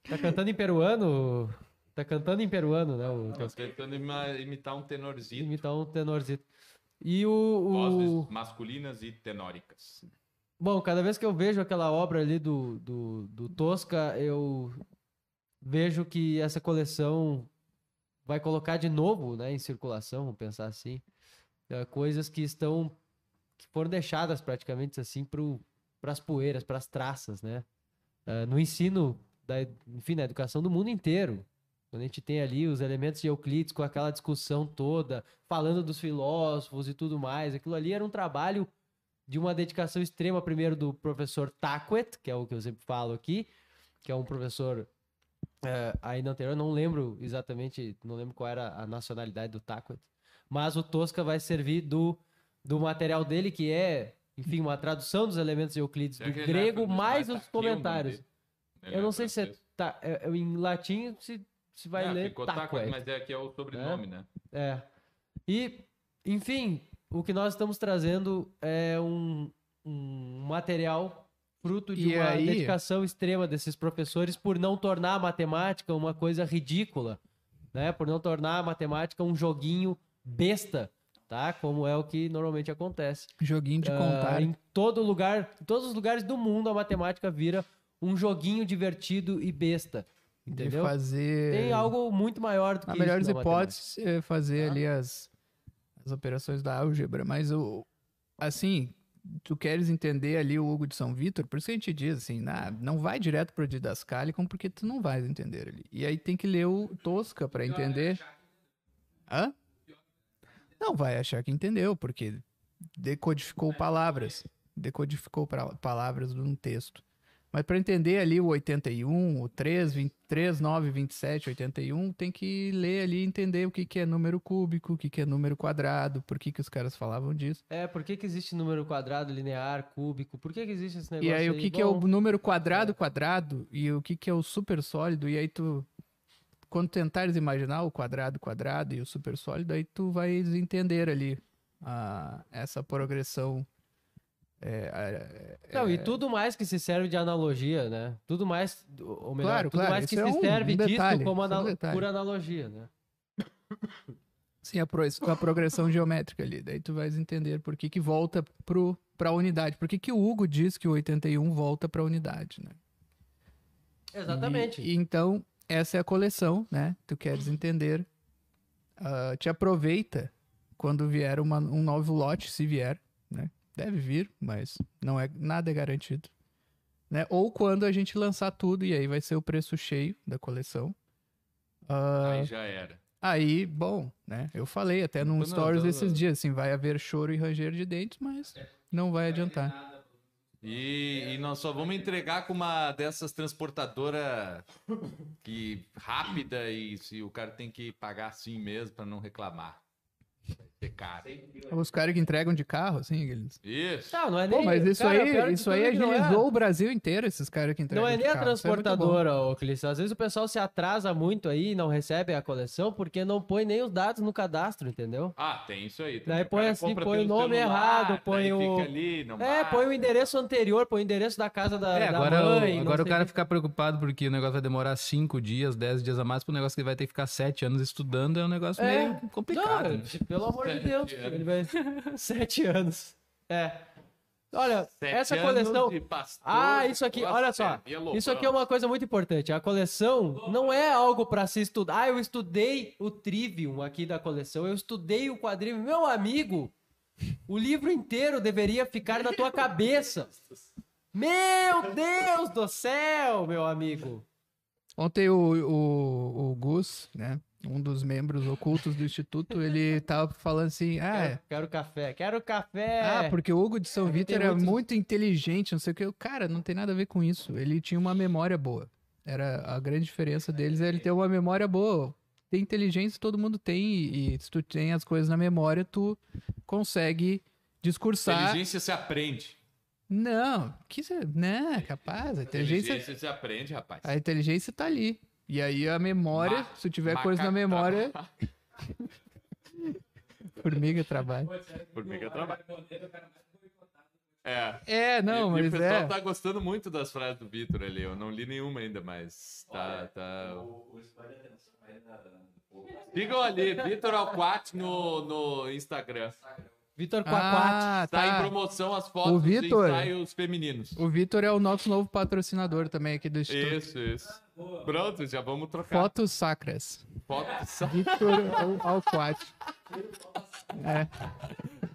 Tá cantando em peruano? Tá cantando em peruano, né? O Tô Tosca. tentando ima- imitar um tenorzinho. Imitar um tenorzito. E o- o... Vozes masculinas e tenóricas. Bom, cada vez que eu vejo aquela obra ali do, do, do Tosca, eu vejo que essa coleção vai colocar de novo né, em circulação, vamos pensar assim, eh, coisas que estão que foram deixadas praticamente assim para as poeiras, para as traças, né? Eh, no ensino, da, ed- enfim, na educação do mundo inteiro. Quando a gente tem ali os elementos de Euclides com aquela discussão toda, falando dos filósofos e tudo mais, aquilo ali era um trabalho de uma dedicação extrema, primeiro do professor Taquet, que é o que eu sempre falo aqui, que é um professor eh, ainda anterior, não lembro exatamente, não lembro qual era a nacionalidade do Taquet, mas o Tosca vai servir do, do material dele, que é, enfim, uma tradução dos elementos de Euclides Será do que ele vai- grego, vai mais tá os aqui o nome comentários. dele? Eu não sei se é, francês. ta, é- é em latim se, se vai Ah, ler ficou Taquet. Taquet, mas é que é o sobrenome, né? É. E, enfim, o que nós estamos trazendo é um, um material fruto de E uma aí? dedicação extrema desses professores por não tornar a matemática uma coisa ridícula, né? Por não tornar a matemática um joguinho besta, tá? Como é o que normalmente acontece. Joguinho ah, de contar. Em todo lugar, em todos os lugares do mundo, a matemática vira um joguinho divertido e besta, de entendeu? fazer. Tem algo muito maior do que Na isso melhores na matemática. Tá. hipóteses, é fazer ali as, as operações da álgebra. Mas o. Assim, tu queres entender ali o Hugo de São Vitor, por isso que a gente diz assim, na- não vai direto pro Didascalicon, porque tu não vais entender ali. E aí tem que ler o Tosca pra entender. Hã? Não vai achar que entendeu, porque decodificou palavras. Decodificou pra- palavras num texto. Mas para entender ali o 81, o 3, 23, 9, 27, 81, tem que ler ali e entender o que, que é número cúbico, o que, que é número quadrado, por que, que os caras falavam disso. É, por que, que existe número quadrado, linear, cúbico? Por que, que existe esse Um negócio? e aí, o que, que é o Bom, número quadrado, quadrado, e o que, que é o super sólido, e aí tu. Quando tentares imaginar o quadrado, quadrado e o super sólido, aí tu vais entender ali a- essa progressão. é, a- Não, então, e tudo mais que se serve de analogia, né? Tudo mais, ou melhor, Claro, tudo claro, mais que se isso é um- serve um disso detalhe, como isso é um anal- detalhe. por analogia, né? Sim, a, pro- a progressão geométrica ali. Daí tu vais entender por que, que volta pro, pra unidade. Por que, que o Hugo diz que o 81 volta pra unidade, né? Exatamente. E, e então, essa é a coleção, né? Tu queres entender ah, te aproveita quando vier uma- um novo lote, se vier, né? Deve vir, mas não é nada é garantido. Né? Ou quando a gente lançar tudo e aí vai ser o preço cheio da coleção. Ah, Aí já era. Aí, bom, né? Eu falei até num Não, stories não, esses não. dias, assim, vai haver choro e ranger de dentes, mas não vai adiantar. E, e nós só vamos entregar com uma dessas transportadora que rápida e se o cara tem que pagar assim mesmo para não reclamar. Vai ser caro. Os caras que entregam de carro, assim, eles... Isso. Não, não é nem. Pô, mas isso cara, pior aí, de isso tudo aí é que não é. agilizou o Brasil inteiro, esses caras que entregam Não é de nem a carro. Isso é muito bom. transportadora, ô Clício. Às vezes o pessoal se atrasa muito aí e não recebe a coleção porque não põe nem os dados no cadastro, entendeu? Ah, tem isso aí. Daí também. põe cara assim, compra põe o pelo nome errado, põe daí o- Fica ali, não É, marca. põe o endereço anterior, põe o endereço da casa da, É, da agora, mãe. o, não agora o sei cara quê. fica preocupado porque o negócio vai demorar 5 dias, 10 dias a mais pro negócio que ele vai ter que ficar 7 anos estudando, é um negócio É. meio complicado. Não, né? pelo amor de Deus, ele vai... Sete anos. É. Olha, Sete essa anos coleção... de pastor, Ah, isso aqui, nossa, olha só. servia louvão. Isso aqui é uma coisa muito importante. A coleção não é algo pra se estudar. Ah, eu estudei o Trivium aqui da coleção, eu estudei o quadrinho. Meu amigo, o livro inteiro deveria ficar na tua cabeça. Meu Deus do céu, meu amigo. Ontem o, o, o Gus, né, um dos membros ocultos do Instituto, ele tava falando assim, ah... Quero, quero café, quero café. Ah, porque o Hugo de São Vitor É. tem é muitos- muito inteligente, não sei o que. Cara, não tem nada a ver com isso. Ele tinha uma memória boa. Era a grande diferença deles é ele ter uma memória boa. Tem inteligência, todo mundo tem. E, e se tu tem as coisas na memória, tu consegue discursar. Inteligência se aprende. Não, que isso é- não, capaz. A inteligência, Inteligência se aprende, rapaz. a inteligência tá ali. E aí a memória, Ma- tá se tu tiver coisa na Macaco memória, trabalha. formiga trabalha. Formiga trabalha. É. É, não, e, e mas o pessoal é. tá gostando muito das frases do Vitor ali. Eu não li nenhuma ainda, mas tá. tá... Sigam ali, Vitor Alquat no, no Instagram. Vitor Quaquati. Ah, Tá em tá. promoção as fotos O dos Vitor- ensaios femininos. O Vitor é o nosso novo patrocinador também aqui do Instituto. Isso, isso. Pronto, já vamos trocar. Fotos sacras. Foto- Vitor é Al- Alquati.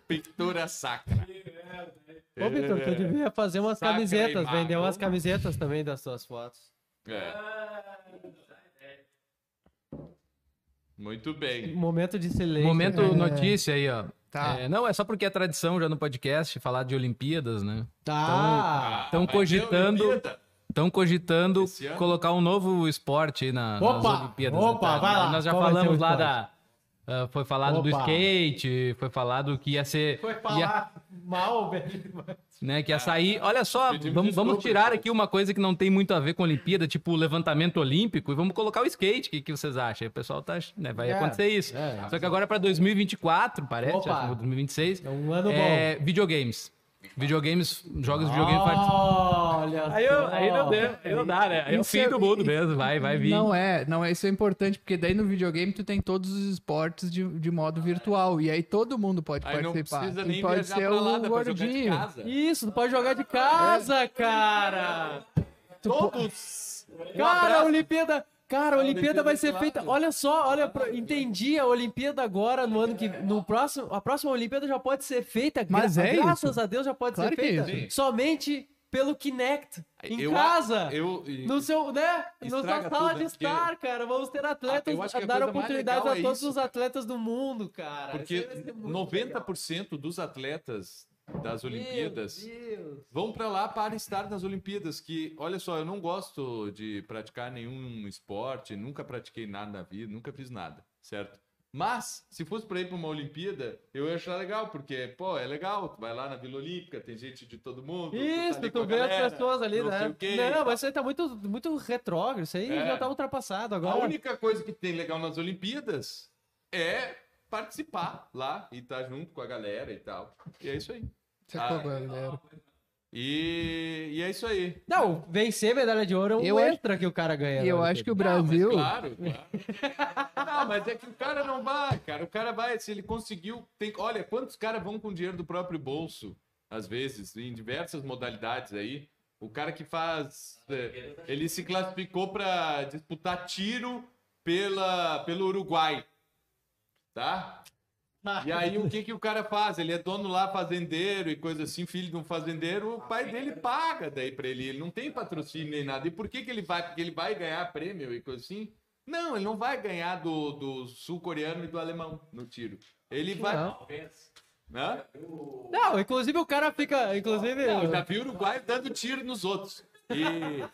pintura sacra. Ô, Vitor, tu devia fazer umas Sacra camisetas, imagem. vender umas camisetas também das suas fotos. É. Muito bem. Momento de silêncio. Momento né? Ah. notícia aí, ó. Tá. É, não, é só porque é tradição já no podcast falar de Olimpíadas, né? Tá. Tão vai ter cogitando- Olimpíada. Estão cogitando Esse ano? colocar um novo esporte aí na, Opa! nas Olimpíadas. né? Tá, Opa, vai lá. Nós já Qual vai ser falamos o lá esporte? da. ah, foi falado do Opa. skate, foi falado que ia ser. Foi Ah, ia- falar mal, velho. né, que ia sair. Olha só, Pedimos vamos, vamos desculpas, tirar então. aqui uma coisa que não tem muito a ver com a Olimpíada, tipo o levantamento olímpico, e vamos colocar o skate. O que, que vocês acham? Aí O pessoal tá. ach- né, vai É, acontecer isso. é. Só que agora para 2024, parece, Opa. acho, 2026. É um ano é, Videogames. Videogames, jogos de Ah. videogame participam. Olha Aí, eu, só. aí não deu, aí não dá, né? Aí é o Isso fim é- do mundo mesmo, vai, vai vir. Não é, não é, isso é importante, porque daí no videogame tu tem todos os esportes de, de modo virtual, e aí todo mundo pode Aí não participar. precisa Tu nem pode viajar ser pra lá, o dá pra jogar de gordinho. casa. Isso, tu pode jogar de casa, cara. É. Todos! Um Cara, a Olimpíada... Cara, a Olimpíada Olimpíada é vai ser claro. feita. Olha só, olha, pro- entendi a Olimpíada agora no ano que no próximo, a próxima Olimpíada já pode ser feita. gra- Mas é graças isso. a Deus já pode Claro ser que é feita somente pelo Kinect em casa. Eu, No seu, né? Na Estraga sua sala tudo, de né? Porque- estar, cara. Vamos ter atletas, Ah, eu acho que a dar coisa mais oportunidades legal a é todos isso, os atletas do mundo, cara. porque Isso aí vai ser muito legal. 90% dos atletas das Olimpíadas Meu Deus. vão pra lá para estar nas Olimpíadas. Que, olha só, eu não gosto de praticar nenhum esporte, nunca pratiquei nada na vida, nunca fiz nada, certo? Mas, se fosse pra ir pra uma Olimpíada, eu ia achar legal, porque, pô, é legal, tu vai lá na Vila Olímpica, tem gente de todo mundo. Isso, tá ali tu, com a vê galera, as pessoas ali, não né? sei o quê. não, mas isso aí tá muito, muito retrógrado. Isso aí É. já tá ultrapassado A agora. única coisa que tem legal nas Olimpíadas é participar lá e estar junto com a galera e tal. E é isso aí. Você Ah, pegou, galera. E, e é isso aí. Não, vencer medalha de ouro é um Eu acho- extra que o cara é, ganha. E eu né, acho que o Pedro? Brasil. Claro, claro. Não, mas é que o cara não vai, cara. O cara vai, se ele conseguiu. Tem, olha, quantos caras vão com dinheiro do próprio bolso, às vezes, em diversas modalidades aí. O cara que faz. é, Ele se classificou para disputar tiro pela, pelo Uruguai. Tá? E aí, o que, que o cara faz? Ele é dono lá, fazendeiro e coisa assim, filho de um fazendeiro, o pai dele paga daí pra ele. Ele não tem patrocínio nem nada. E por que, que ele vai? Porque ele vai ganhar prêmio e coisa assim? Não, ele não vai ganhar do, do sul-coreano e do alemão no tiro. Ele vai. Não. Hã? Não, inclusive o cara fica. Inclusive. Não, eu já vi o Uruguai dando tiro nos outros. E,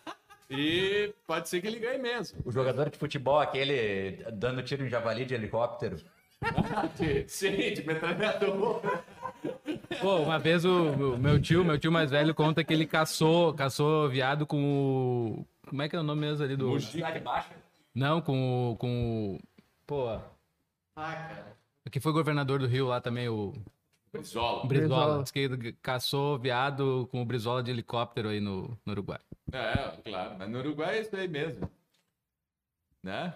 e pode ser que ele ganhe mesmo. O jogador de futebol, aquele dando tiro em javali de helicóptero. Sim, de metralhador. Pô, uma vez o, o meu tio, meu tio mais velho, conta que ele caçou, caçou viado com o. Como é que é o nome mesmo ali do. Não, com o. Com o. Pô. Ah, cara. Que foi governador do Rio lá também, o Brizola. Brizola. Diz que ele caçou viado com o Brizola de helicóptero aí no, no Uruguai. É, claro. Mas no Uruguai é isso aí mesmo. Né?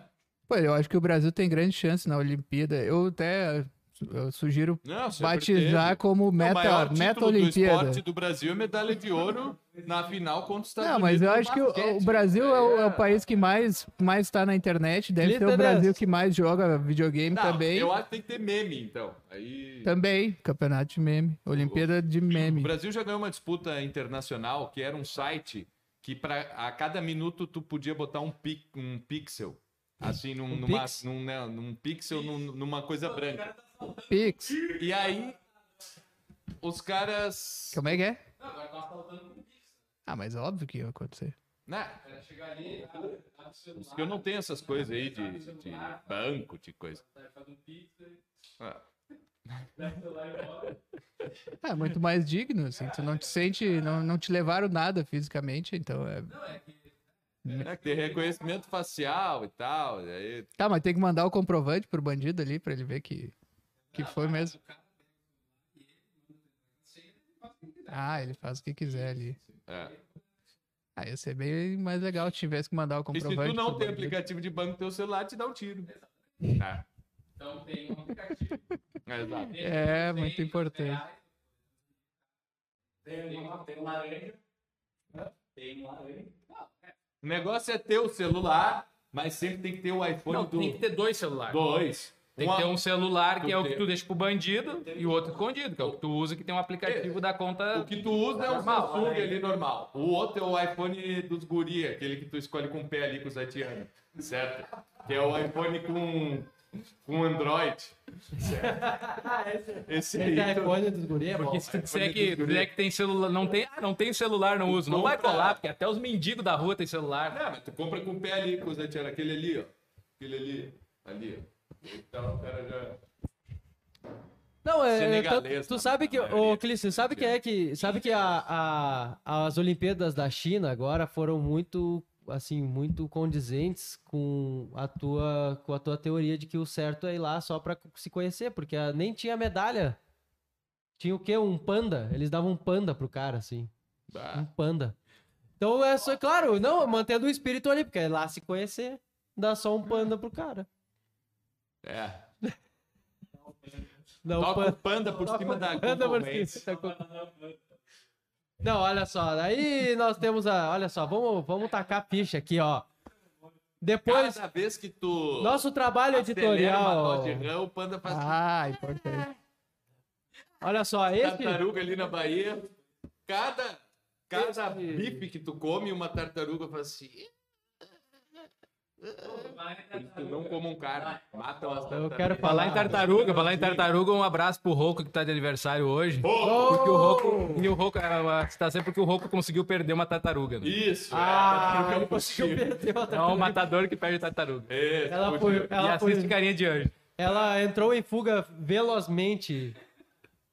Pô, eu acho que o Brasil tem grande chance na Olimpíada. Eu até eh, su- eu sugiro Não, sempre batizar teve. como é O maior meta, título meta do Olimpíada. esporte do Brasil é medalha de ouro na final contra os Estados Não, Unidos. mas eu no acho que o, o basquete. Brasil é o, é o É. país que mais mais está na internet. Deve ser o Literas. Brasil que mais joga videogame Não, também. Eu acho que tem que ter meme, então. Aí... Também, campeonato de meme, Olimpíada de O meme. Brasil já ganhou uma disputa internacional que era um site que pra, a cada minuto tu podia botar um, pic, um pixel. Assim, num, Um numa, pix? num, né, num pixel, num- numa coisa branca. Pix, E aí, os caras. como é que é? tá Ah, mas óbvio que ia acontecer. Né? Eu não tenho essas coisas aí de, de banco, de coisa. Ah, Ah, é muito mais digno, assim. Tu não te sente, não, não te levaram nada fisicamente, então é... né? Tem reconhecimento facial e tal. e aí- Tá, mas tem que mandar o comprovante pro bandido ali pra ele ver que, que foi mesmo. Ah, ele faz o que quiser ali. é. Ah, ia ser bem mais legal se tivesse que mandar o E se comprovante. tu não pro tem bandido. aplicativo de banco no teu celular, te dá um tiro. Tá. Então tem um aplicativo. Exato. É, muito importante. Tem uma, tem uma laranja. Tem uma laranja. O negócio é ter o celular, mas sempre tem que ter o iPhone Não, do tem que ter dois celulares. dois. Tem que ter um celular que é o tem- que tu deixa pro bandido e o outro escondido, que é o que tu usa que tem um aplicativo da conta. O que tu usa é o um Normal, Samsung né? ali normal. O outro é o iPhone dos guri, aquele que tu escolhe com o pé ali com os atianos. Certo? Que é o iPhone com, com Android. Certo? Esse aí. Esse iPhone dos guri é bom. Porque se tu disser iPhone que, dos guri. disser que tem celular, não tem, ah, não tem celular, não uso. Não vai Compra. colar, porque até os mendigos da rua tem celular. Não, Ah, mas tu compra com o pé ali com os atianos. Aquele ali, ó. Aquele ali. Ali, ó. Então o cara já. Não, é. Senegalês, tanto- tu na- sabe na que. Ô, maioria. Clício, sabe que é que. Sabe que a, a- as Olimpíadas da China agora foram muito. Assim, muito condizentes com a tua, com a tua teoria de que o certo é ir lá só pra se conhecer, porque ah, nem tinha medalha. Tinha o quê? Um panda. Eles davam um panda pro cara, assim. Bah. Um panda. Então é só, claro, não, mantendo o espírito ali, porque é lá se conhecer, dá só um panda pro cara. É. Não, Toca o um panda. panda por Toca cima o da panda por Google Lens. cima da Google. tá Não, olha só, aí nós temos a. Olha só, vamos, vamos tacar a ficha aqui, ó. Depois, Cada vez que tu. nosso trabalho Acelera uma editorial. dose de rã, o panda faz Ah, importante. Olha só, esse. tartaruga ali na Bahia. Cada, cada bife que tu come, uma tartaruga faz assim. Por isso que não comam carne. Matam as Eu tartarugas. quero Falar falar. é em tartaruga, falar em tartaruga, um abraço pro Roco que tá de aniversário hoje. Porque o Roco. E o Roco é, é, tá sempre porque o Roco conseguiu perder uma tartaruga. Né? Isso. Ah, é, ele conseguiu perder uma É um tartaruga. matador que perde tartaruga. É, Ela fugiu. foi. e Ela, assiste foi, carinha de anjo. é ela entrou em fuga velozmente.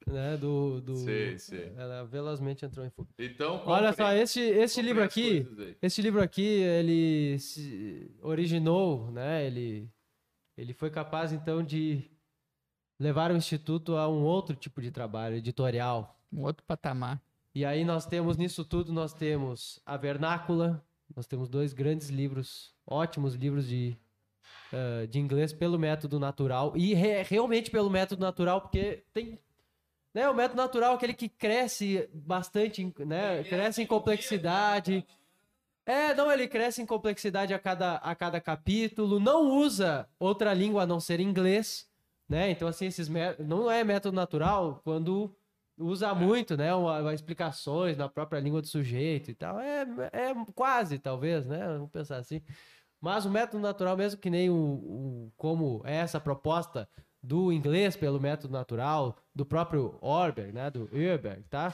Né, do. do Sei, sei. Ela velozmente entrou em fuga. Então, Olha só, comprei. este, este Comprei livro as aqui, coisas aí. este livro aqui, ele se originou, né? Ele, ele foi capaz, então, de levar o Instituto a um outro tipo de trabalho editorial. Um outro patamar. E aí nós temos, nisso tudo, nós temos a Vernácula, nós temos dois grandes livros, ótimos livros de, eh, de inglês pelo método natural, e re- realmente pelo método natural, porque tem... Né, o método natural é aquele que cresce bastante, em- né, cresce em complexidade... É, não, ele cresce em complexidade a cada, a cada capítulo, não usa outra língua a não ser inglês, Né? Então, assim, esses mé- não é método natural quando usa muito, né? Uma, uma explicações na própria língua do sujeito e tal. É, é quase, talvez, né? Vamos pensar assim. Mas o método natural, mesmo que nem o, o- como é essa proposta do inglês pelo método natural, do próprio Orberg, né? Do Urberg, tá?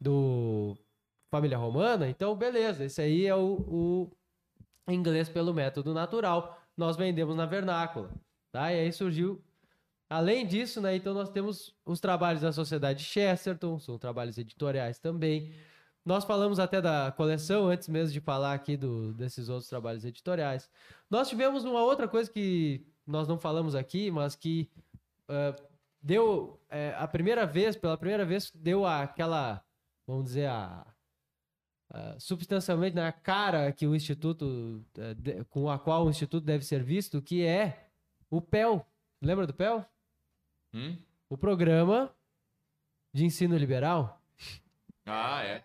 Do Família Romana, então beleza, esse aí é o, o inglês pelo método natural. Nós vendemos na vernácula, tá? E aí surgiu. Além disso, né? Então nós temos os trabalhos da Sociedade Chesterton, são trabalhos editoriais também. Nós falamos até da coleção antes mesmo de falar aqui do, desses outros trabalhos editoriais. Nós tivemos uma outra coisa que nós não falamos aqui, mas que eh, deu eh, a primeira vez, pela primeira vez, deu aquela, vamos dizer, a, ah, substancialmente na cara que o instituto eh, de- com a qual o instituto deve ser visto, que é o PEL. Lembra do PEL? Hum? O programa de ensino liberal. Ah, é.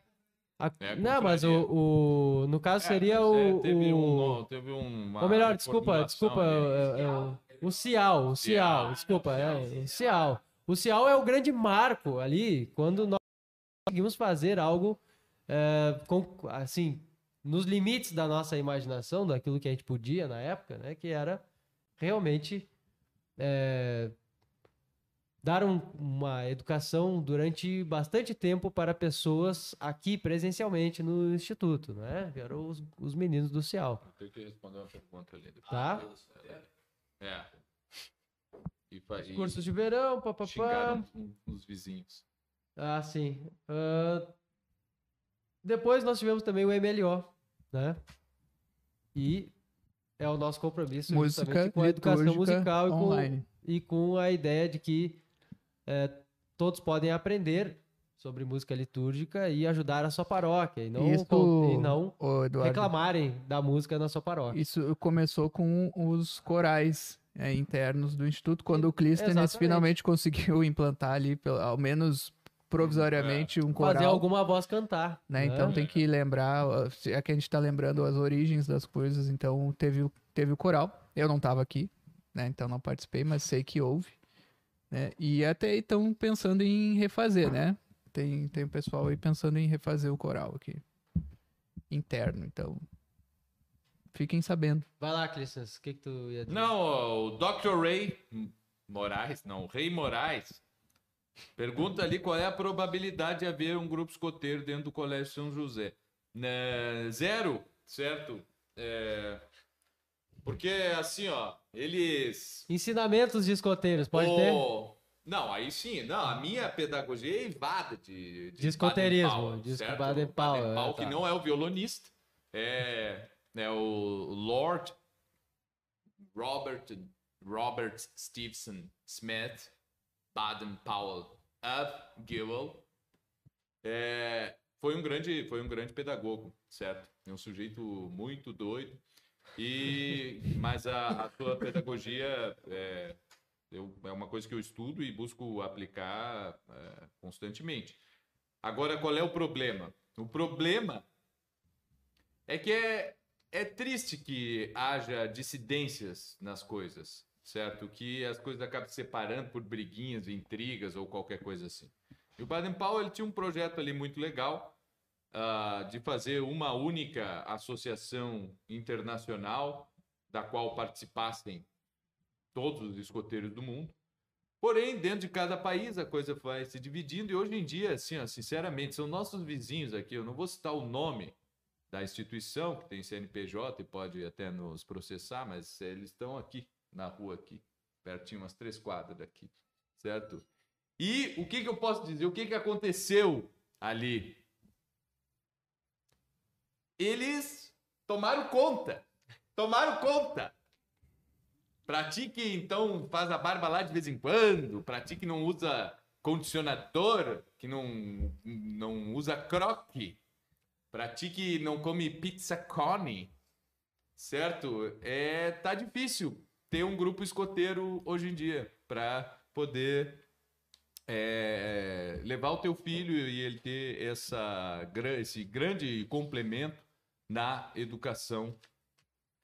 A- É, não, mas contraria. o, o- no caso seria mas é, o, teve um, o no- teve uma ou melhor, desculpa, reformulação desculpa, ali. é, é, o- o Cial, o Cial, Cial, desculpa, é, o Cial. O Cial é o grande marco ali quando nós conseguimos fazer algo é, com- assim, nos limites da nossa imaginação, daquilo que a gente podia na época, né, que era realmente é, dar um- uma educação durante bastante tempo para pessoas aqui presencialmente no instituto, né? Que eram os, os meninos do Cial. Tem que responder uma pergunta ali. depois. Tá? É. E, fa- e Cursos de verão, papapá. xingaram um- os vizinhos. Ah, sim. Ah, depois nós tivemos também o MLO, né? E é o nosso compromisso Música justamente com a educação litúrgica musical e com, online. e com a ideia de que eh, todos podem aprender sobre música litúrgica e ajudar a sua paróquia. E não, Isso, con- e não ô, Eduardo, reclamarem da música na sua paróquia. isso começou com os corais é, internos do Instituto, quando o Clístenes Exatamente. finalmente conseguiu implantar ali, pelo- ao menos provisoriamente, É. um coral. Fazer alguma voz cantar. né? Então tem que lembrar, ó, se é que a gente tá lembrando as origens das coisas, então teve, o- teve o coral, eu não tava aqui, né? Então não participei, mas sei que houve, né? E até estão pensando em refazer, né? Tem, tem o pessoal aí pensando em refazer o coral aqui, interno, então fiquem sabendo. Vai lá, Clístenes, o que, que tu ia dizer? Não, ó, o Dr. Ray Moraes, não, Rei Moraes, pergunta ali qual é a probabilidade de haver um grupo escoteiro dentro do Colégio São José. Né, zero, certo? É, porque, assim, ó, eles Ensinamentos de escoteiros, pode ter? O- Não, aí sim. Não, a minha pedagogia é evada de... De escoteirismo, de certo? Baden-Powell, Baden-Powell, é, que tá. não é o violonista. É, é o Lord Robert, Robert Stevenson Smith Baden-Powell Upgill. É, foi um grande foi um grande pedagogo, certo? É um sujeito muito doido. E, mas a, a sua pedagogia é, eu- é uma coisa que eu estudo e busco aplicar eh, constantemente. Agora, qual é o problema? O problema é que é, é triste que haja dissidências nas coisas, certo? Que as coisas acabam se separando por briguinhas, intrigas ou qualquer coisa assim. E o Baden Powell ele tinha um projeto ali muito legal ah, de fazer uma única associação internacional da qual participassem todos os escoteiros do mundo. Porém, dentro de cada país a coisa vai se dividindo e hoje em dia, assim, ó, sinceramente, são nossos vizinhos aqui, eu não vou citar o nome da instituição que tem CNPJ e pode até nos processar, mas eles estão aqui na rua aqui, pertinho umas três quadras daqui, certo? E o que que eu posso dizer? O que que aconteceu ali? Eles tomaram conta. Tomaram conta. Pratique, então, faz a barba lá de vez em quando. Pratique, não usa condicionador, que não, não usa croque. Pratique, não come pizza cone. Certo? É, tá difícil ter um grupo escoteiro hoje em dia para poder é, levar o teu filho e ele ter essa, gran- esse grande complemento na educação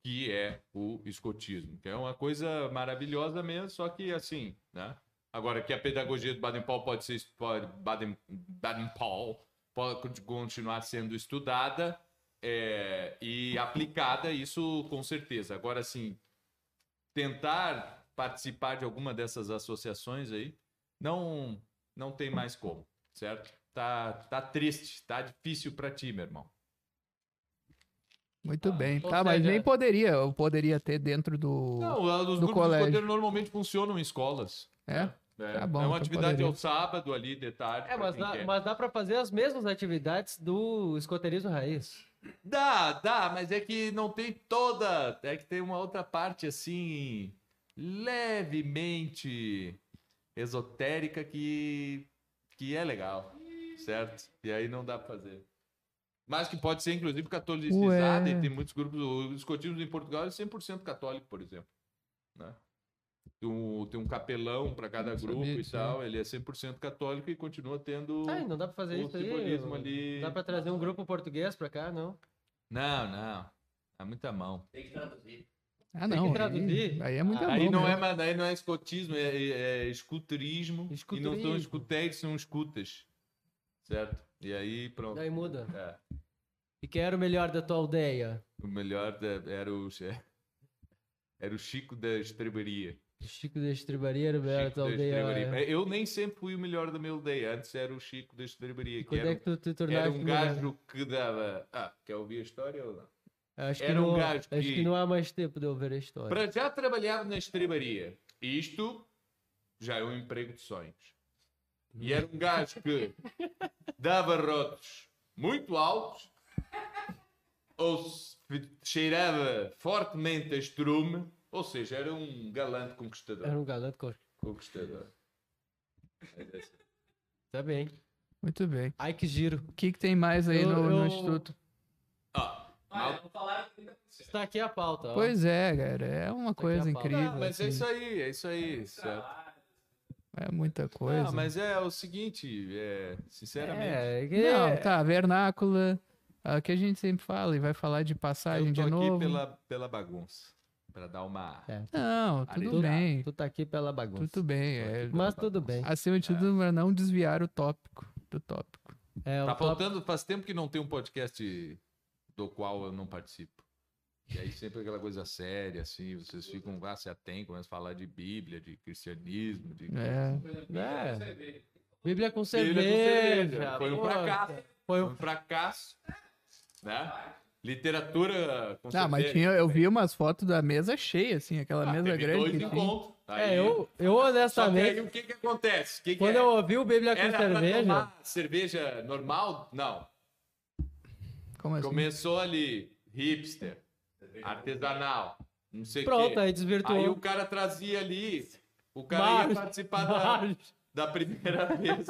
que é o escotismo, que é uma coisa maravilhosa mesmo, só que assim, né? Agora, que a pedagogia do Baden-Powell pode ser pode, Baden, Baden-Powell pode continuar sendo estudada é, e aplicada, isso com certeza. Agora, assim, tentar participar de alguma dessas associações aí, não não tem mais como, certo? Tá, tá triste, tá difícil para ti, meu irmão. Muito bem. ou Tá, mas seja- nem poderia. Eu poderia ter dentro do. Não, os grupos colégio. de poder normalmente funcionam em escolas. É? É, Tá bom, é uma então atividade poderia. ao sábado ali, de tarde. É, pra mas quem dá, quer. mas dá pra fazer as mesmas atividades do escoteirismo raiz. Dá, dá, mas é que não tem toda. É que tem uma outra parte assim, levemente esotérica que, que é legal, certo? E aí não dá pra fazer. Mas que pode ser, inclusive, catolicizada, Ué. e tem muitos grupos. O escotismo em Portugal é 100% católico, por exemplo. Né? Tem, um, tem um capelão pra cada Não grupo sabia e disso, tal. Ele é 100% católico e continua tendo. Ai, não dá pra fazer o Ah, isso aí. simbolismo ali. Dá pra trazer um grupo português pra cá, não? Não, não. Há muita mão. Tem que traduzir. Ah, que não. Aí, traduzir. aí é muito bom. Aí não né? é, mais- aí não é escotismo, é, é- é escuturismo. E não são Escuturismo. escuteiros, são escutas. Certo? E aí, pronto. Daí muda. É, E quem era o melhor da tua aldeia? o melhor da- era o. Era o Chico da Estrebaria. Chico de Estribaria era o melhor da Chico tua da Estrebaria. aldeia. é. Eu nem sempre fui o melhor da minha aldeia. Antes era o Chico da Estrebaria, E que Quando era, é que tu te um- era tornaste um melhor? gajo que dava. Ah, quer ouvir a história ou não? Acho que era um não, gajo Acho que- que não há mais tempo de eu ver a história. Para já trabalhava na estrebaria. Isto já é um emprego de sonhos. E era um gajo que dava rotos muito altos, ou se fe- cheirava fortemente a estrume, ou seja, era um galante conquistador. Era um galã de cor. Conquistador. Tá bem. Muito bem. Ai, que giro. O que, que tem mais aí Eu- no, no eu- Instituto? Ah, mal- Está tá aqui a pauta. ó. Pois é, cara. É uma coisa a pauta. incrível. Ah, mas é assim. isso aí, é isso aí. certo? É muita coisa. Ah, mas é o seguinte, é, sinceramente. É, que... Não, tá, vernácula, ah, que a gente sempre fala e vai falar de passagem eu tô de aqui novo. pela, pela bagunça. Para dar uma. É, Não, tudo tu, bem, Tu tá aqui pela bagunça. tudo bem. é- Mas tudo bem. acima de É. tudo, pra não desviar o tópico do tópico. É, o Tá Então, top- faltando, faz tempo que não tem um podcast do qual eu não participo. E aí sempre aquela coisa séria, assim, vocês ficam, vá, se atém, começam a falar de Bíblia, de cristianismo, de... É, É. Bíblia com Bíblia com cerveja. cerveja. Foi um pô, fracasso, Foi foi um... um fracasso, né? Literatura, com Ah, mas tinha, eu vi umas fotos da mesa cheia, assim, aquela Ah, mesa teve grande dois que tinha. encontros. tá Aí- É, eu, eu Só que honestamente, aí o que que acontece? O que que quando é? eu ouvi o Bíblia com Era pra cerveja, tomar cerveja normal? Não. Como assim? Começou ali, hipster, artesanal, não sei o quê. pronto, aí desvirtuou. Aí o cara trazia ali, o cara ia Marge, participar da, da primeira vez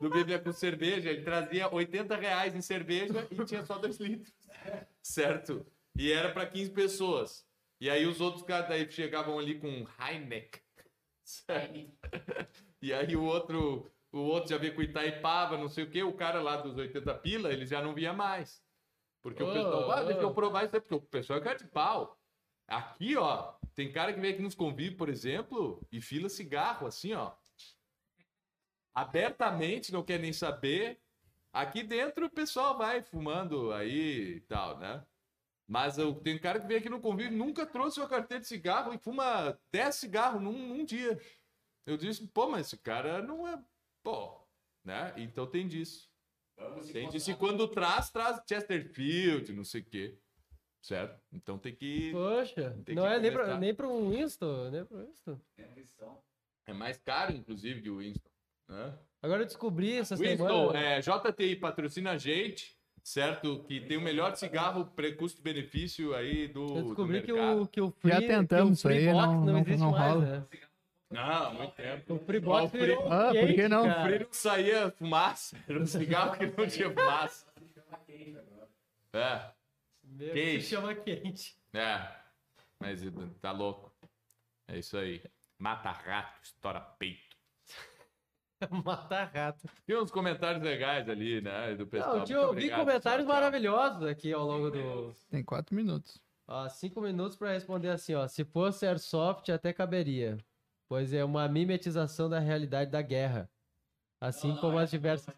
do Bíblia com cerveja, ele trazia 80 reais em cerveja e tinha só 2 litros, certo? E era para 15 pessoas. E aí os outros caras daí chegavam ali com um Heineck, certo? E aí o outro, o outro já veio com Itaipava, não sei o quê, o cara lá dos 80 pila, ele já não via mais. Porque o Oh, pessoal, ah, deixa eu oh. provar isso aí, porque o pessoal é cara de pau. Aqui, ó, tem cara que vem aqui nos convive, por exemplo, e fila cigarro, assim, ó. Abertamente, não quer nem saber. Aqui dentro o pessoal vai fumando aí e tal, né? Mas eu, tem cara que vem aqui no convívio, nunca trouxe uma carteira de cigarro e fuma 10 cigarros num, num dia. Eu disse, pô, mas esse cara não é. Pô, né? Então tem disso. tem disso. E quando traz, traz Chesterfield, não sei o quê. Certo? Então tem que. Poxa, Tem não que é nem pra, começar. nem pra um insto, nem pra um insto. É mais caro, inclusive, que o Winston. Né? Agora eu descobri essa Winston, semana. é, JTI patrocina a gente, certo? Que tem o melhor cigarro pre- custo-benefício aí do. Eu do descobri que mercado. o, que o Free, Já tentamos que o free isso aí, box não- não, não- existe não mais, rola. né? Não, há muito tempo. O Free Ó, o Box Free- virou um Ah, por cliente, que não? O cara. freio não saía fumaça, era um cigarro que não tinha fumaça. É, Meu, Quente. Se chama quente. é. Mas tá louco. É isso aí. Mata rato, estoura peito. É Matar rato. Tinha uns comentários legais ali, né? Do pessoal. Não, tio, Muito eu vi obrigado, pessoal. comentários Tchau. maravilhosos aqui ao longo do... Tem quatro minutos. Ó, cinco minutos pra responder assim, ó. Se fosse airsoft, até caberia. pois é uma mimetização da realidade da guerra. Assim Não, não, como é as diversas.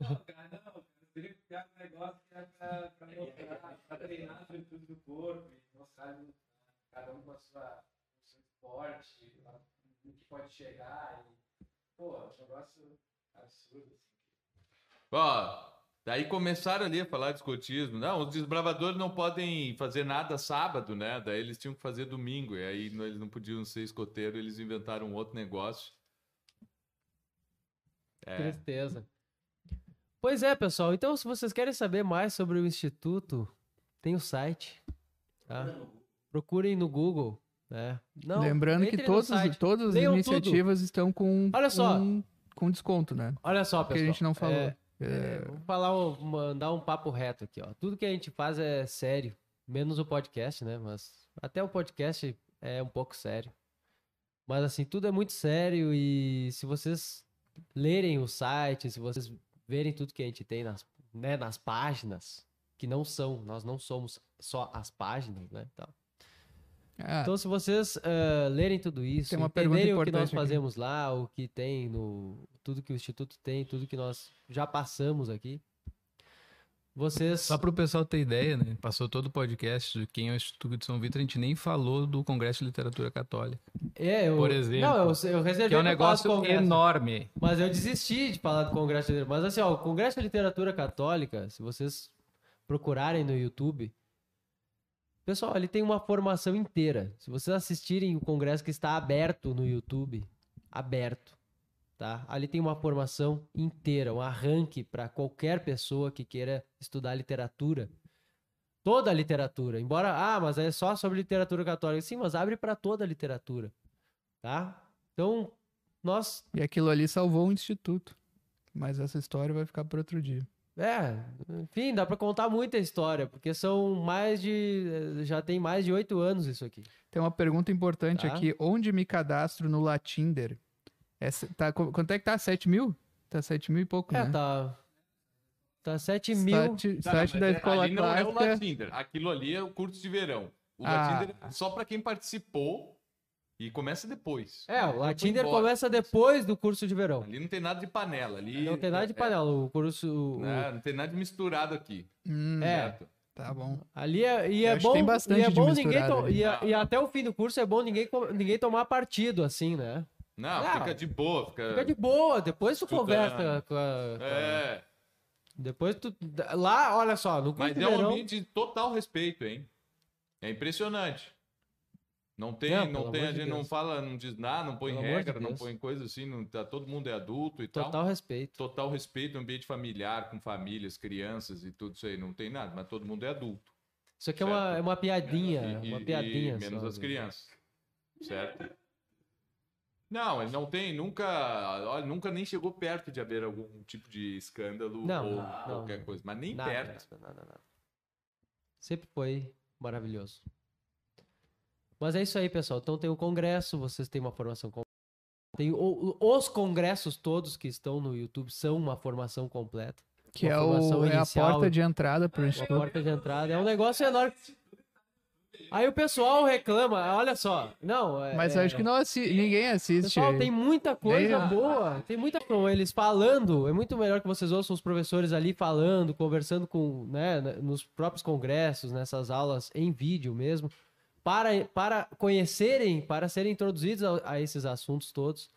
Não, cara, não. cara, Eu teria que pegar um negócio que é pra, pra mostrar, pra treinar as virtudes do corpo e mostrar no- cada um com a sua, com o seu esporte, lá, no que pode chegar. E, pô, é um negócio absurdo. assim. Ó, daí começaram ali a falar de escotismo. Não, os desbravadores não podem fazer nada sábado, né? Daí eles tinham que fazer domingo. E aí não- eles não podiam ser escoteiro, eles inventaram um outro negócio. É, Tristeza. Pois é, pessoal. Então, se vocês querem saber mais sobre o Instituto, tem o site. tá? Procurem no Google. né? Não, Lembrando que entrem no todos, site. todas as Leiam iniciativas estão com, Olha só. com, com desconto, né? Olha só, Porque pessoal. a gente não falou. É, É, é, vamos falar, um- mandar um papo reto aqui, ó. Tudo que a gente faz é sério, menos o podcast, né? Mas até o podcast é um pouco sério. Mas assim, tudo é muito sério e se vocês lerem o site, se vocês verem tudo que a gente tem nas, né, nas páginas, que não são, nós não somos só as páginas, né? Então, ah, então, se vocês ah, lerem tudo isso, Tem uma pergunta entenderem o que nós importante aqui. fazemos lá, o que tem no. Tudo que o Instituto tem, tudo que nós já passamos aqui. Vocês. Só para o pessoal ter ideia, né? Passou todo o podcast de quem é o Instituto de São Vitor, a gente nem falou do Congresso de Literatura Católica. É, eu, por exemplo, Não, eu, eu reservei Que é pra falar né? do um negócio Congresso, enorme. Mas eu desisti de falar do Congresso de Literatura. Mas assim, ó, o Congresso de Literatura Católica, se vocês procurarem no YouTube. Pessoal, ele tem uma formação inteira. Se vocês assistirem o congresso que está aberto no YouTube, aberto, tá? Ali tem uma formação inteira, um arranque para qualquer pessoa que queira estudar literatura. Toda a literatura, embora, ah, mas é só sobre literatura católica. Sim, mas abre para toda a literatura, tá? Então, nós, E aquilo ali salvou o instituto. Mas essa história vai ficar para outro dia. é, enfim, dá para contar muita história, porque são mais de, eh, já tem mais de oito anos isso aqui. Tem uma pergunta importante Tá. aqui. Onde me cadastro no Latinder? Essa, tá, co- quanto é que tá? 7 mil? Tá 7 mil e pouco, É, né? tá. Tá 7 mil. Site, Tá, site mas da é- Escola ali não é o Clássica. Latinder. Aquilo ali é o curso de verão. O Ah. Latinder é só para quem participou e começa depois. É, o Latinder embora. começa depois do curso de verão. Ali não tem nada de panela. Ali Não tem nada de é, panela. O curso. o- né? Não tem nada de misturado aqui. Hum, É, Tá bom. ali é, e Eu é acho que bom. tem bastante e é de bom ninguém misturado to- ali. e, a- e até o fim do curso é bom ninguém, co- ninguém tomar partido, assim, né? Não, Não. fica de boa. Fica, Fica de boa, depois tu Escutando. conversa com a. com a- É, Depois tu. Lá, olha só, no curso mas de é um verão. ambiente de total respeito, hein? É impressionante. Não tem, Não, não, pelo tem, amor a de gente não Deus. fala, não diz nada, não põe Pelo amor de regra, não Deus. põe coisa assim, não, tá, todo mundo é adulto e tal. Total respeito. total respeito ao ambiente familiar, com famílias, crianças e tudo isso aí. Não tem nada, mas todo mundo é adulto. Isso aqui é uma, Certo. é uma piadinha. E- uma e- piadinha. e menos só, as né? crianças. Certo? Não, ele não tem, nunca, olha, nunca nem chegou perto de haver algum tipo de escândalo Não, ou não, qualquer não. coisa, mas nem Nada, perto. nada, nada, nada. Sempre foi maravilhoso. Mas é isso aí, pessoal. Então tem o congresso, vocês têm uma formação completa. Tem o- o- os congressos todos que estão no YouTube são uma formação completa. Que Uma é, o, formação é a inicial. porta de entrada para o Uma Instituto. porta de entrada. É um negócio enorme. Aí o pessoal reclama, olha só. Não, é, Mas eu acho que não assi ninguém assiste. Pessoal, tem muita coisa Nem- boa. Tem muita coisa. Eles falando. É muito melhor que vocês ouçam os professores ali falando, conversando com, né, na- nos próprios congressos, nessas aulas em vídeo mesmo, para, para conhecerem, para serem introduzidos a, a esses assuntos todos,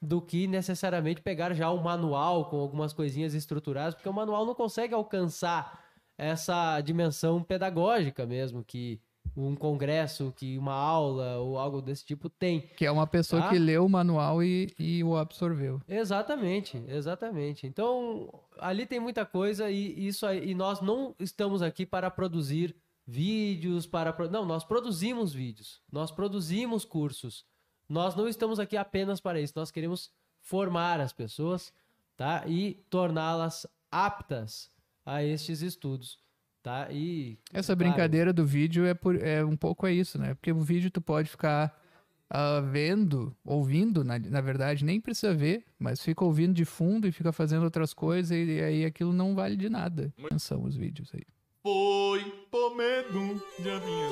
do que necessariamente pegar já o manual com algumas coisinhas estruturadas, porque o manual não consegue alcançar essa dimensão pedagógica mesmo que um congresso, que uma aula ou algo desse tipo tem. Que é uma pessoa Tá? que leu o manual e, e o absorveu. Exatamente, exatamente. Então, ali tem muita coisa e isso aí, e nós não estamos aqui para produzir vídeos, para pro- não, nós produzimos vídeos, nós produzimos cursos. Nós não estamos aqui apenas para isso, nós queremos formar as pessoas, tá? E torná-las aptas a estes estudos, tá? E Essa claro, brincadeira do vídeo é, por, é um pouco é isso, né? Porque o vídeo tu pode ficar ah, vendo, ouvindo, na, na verdade, nem precisa ver, mas fica ouvindo de fundo e fica fazendo outras coisas e, aí aquilo não vale de nada. São os vídeos aí. Foi por medo de avião.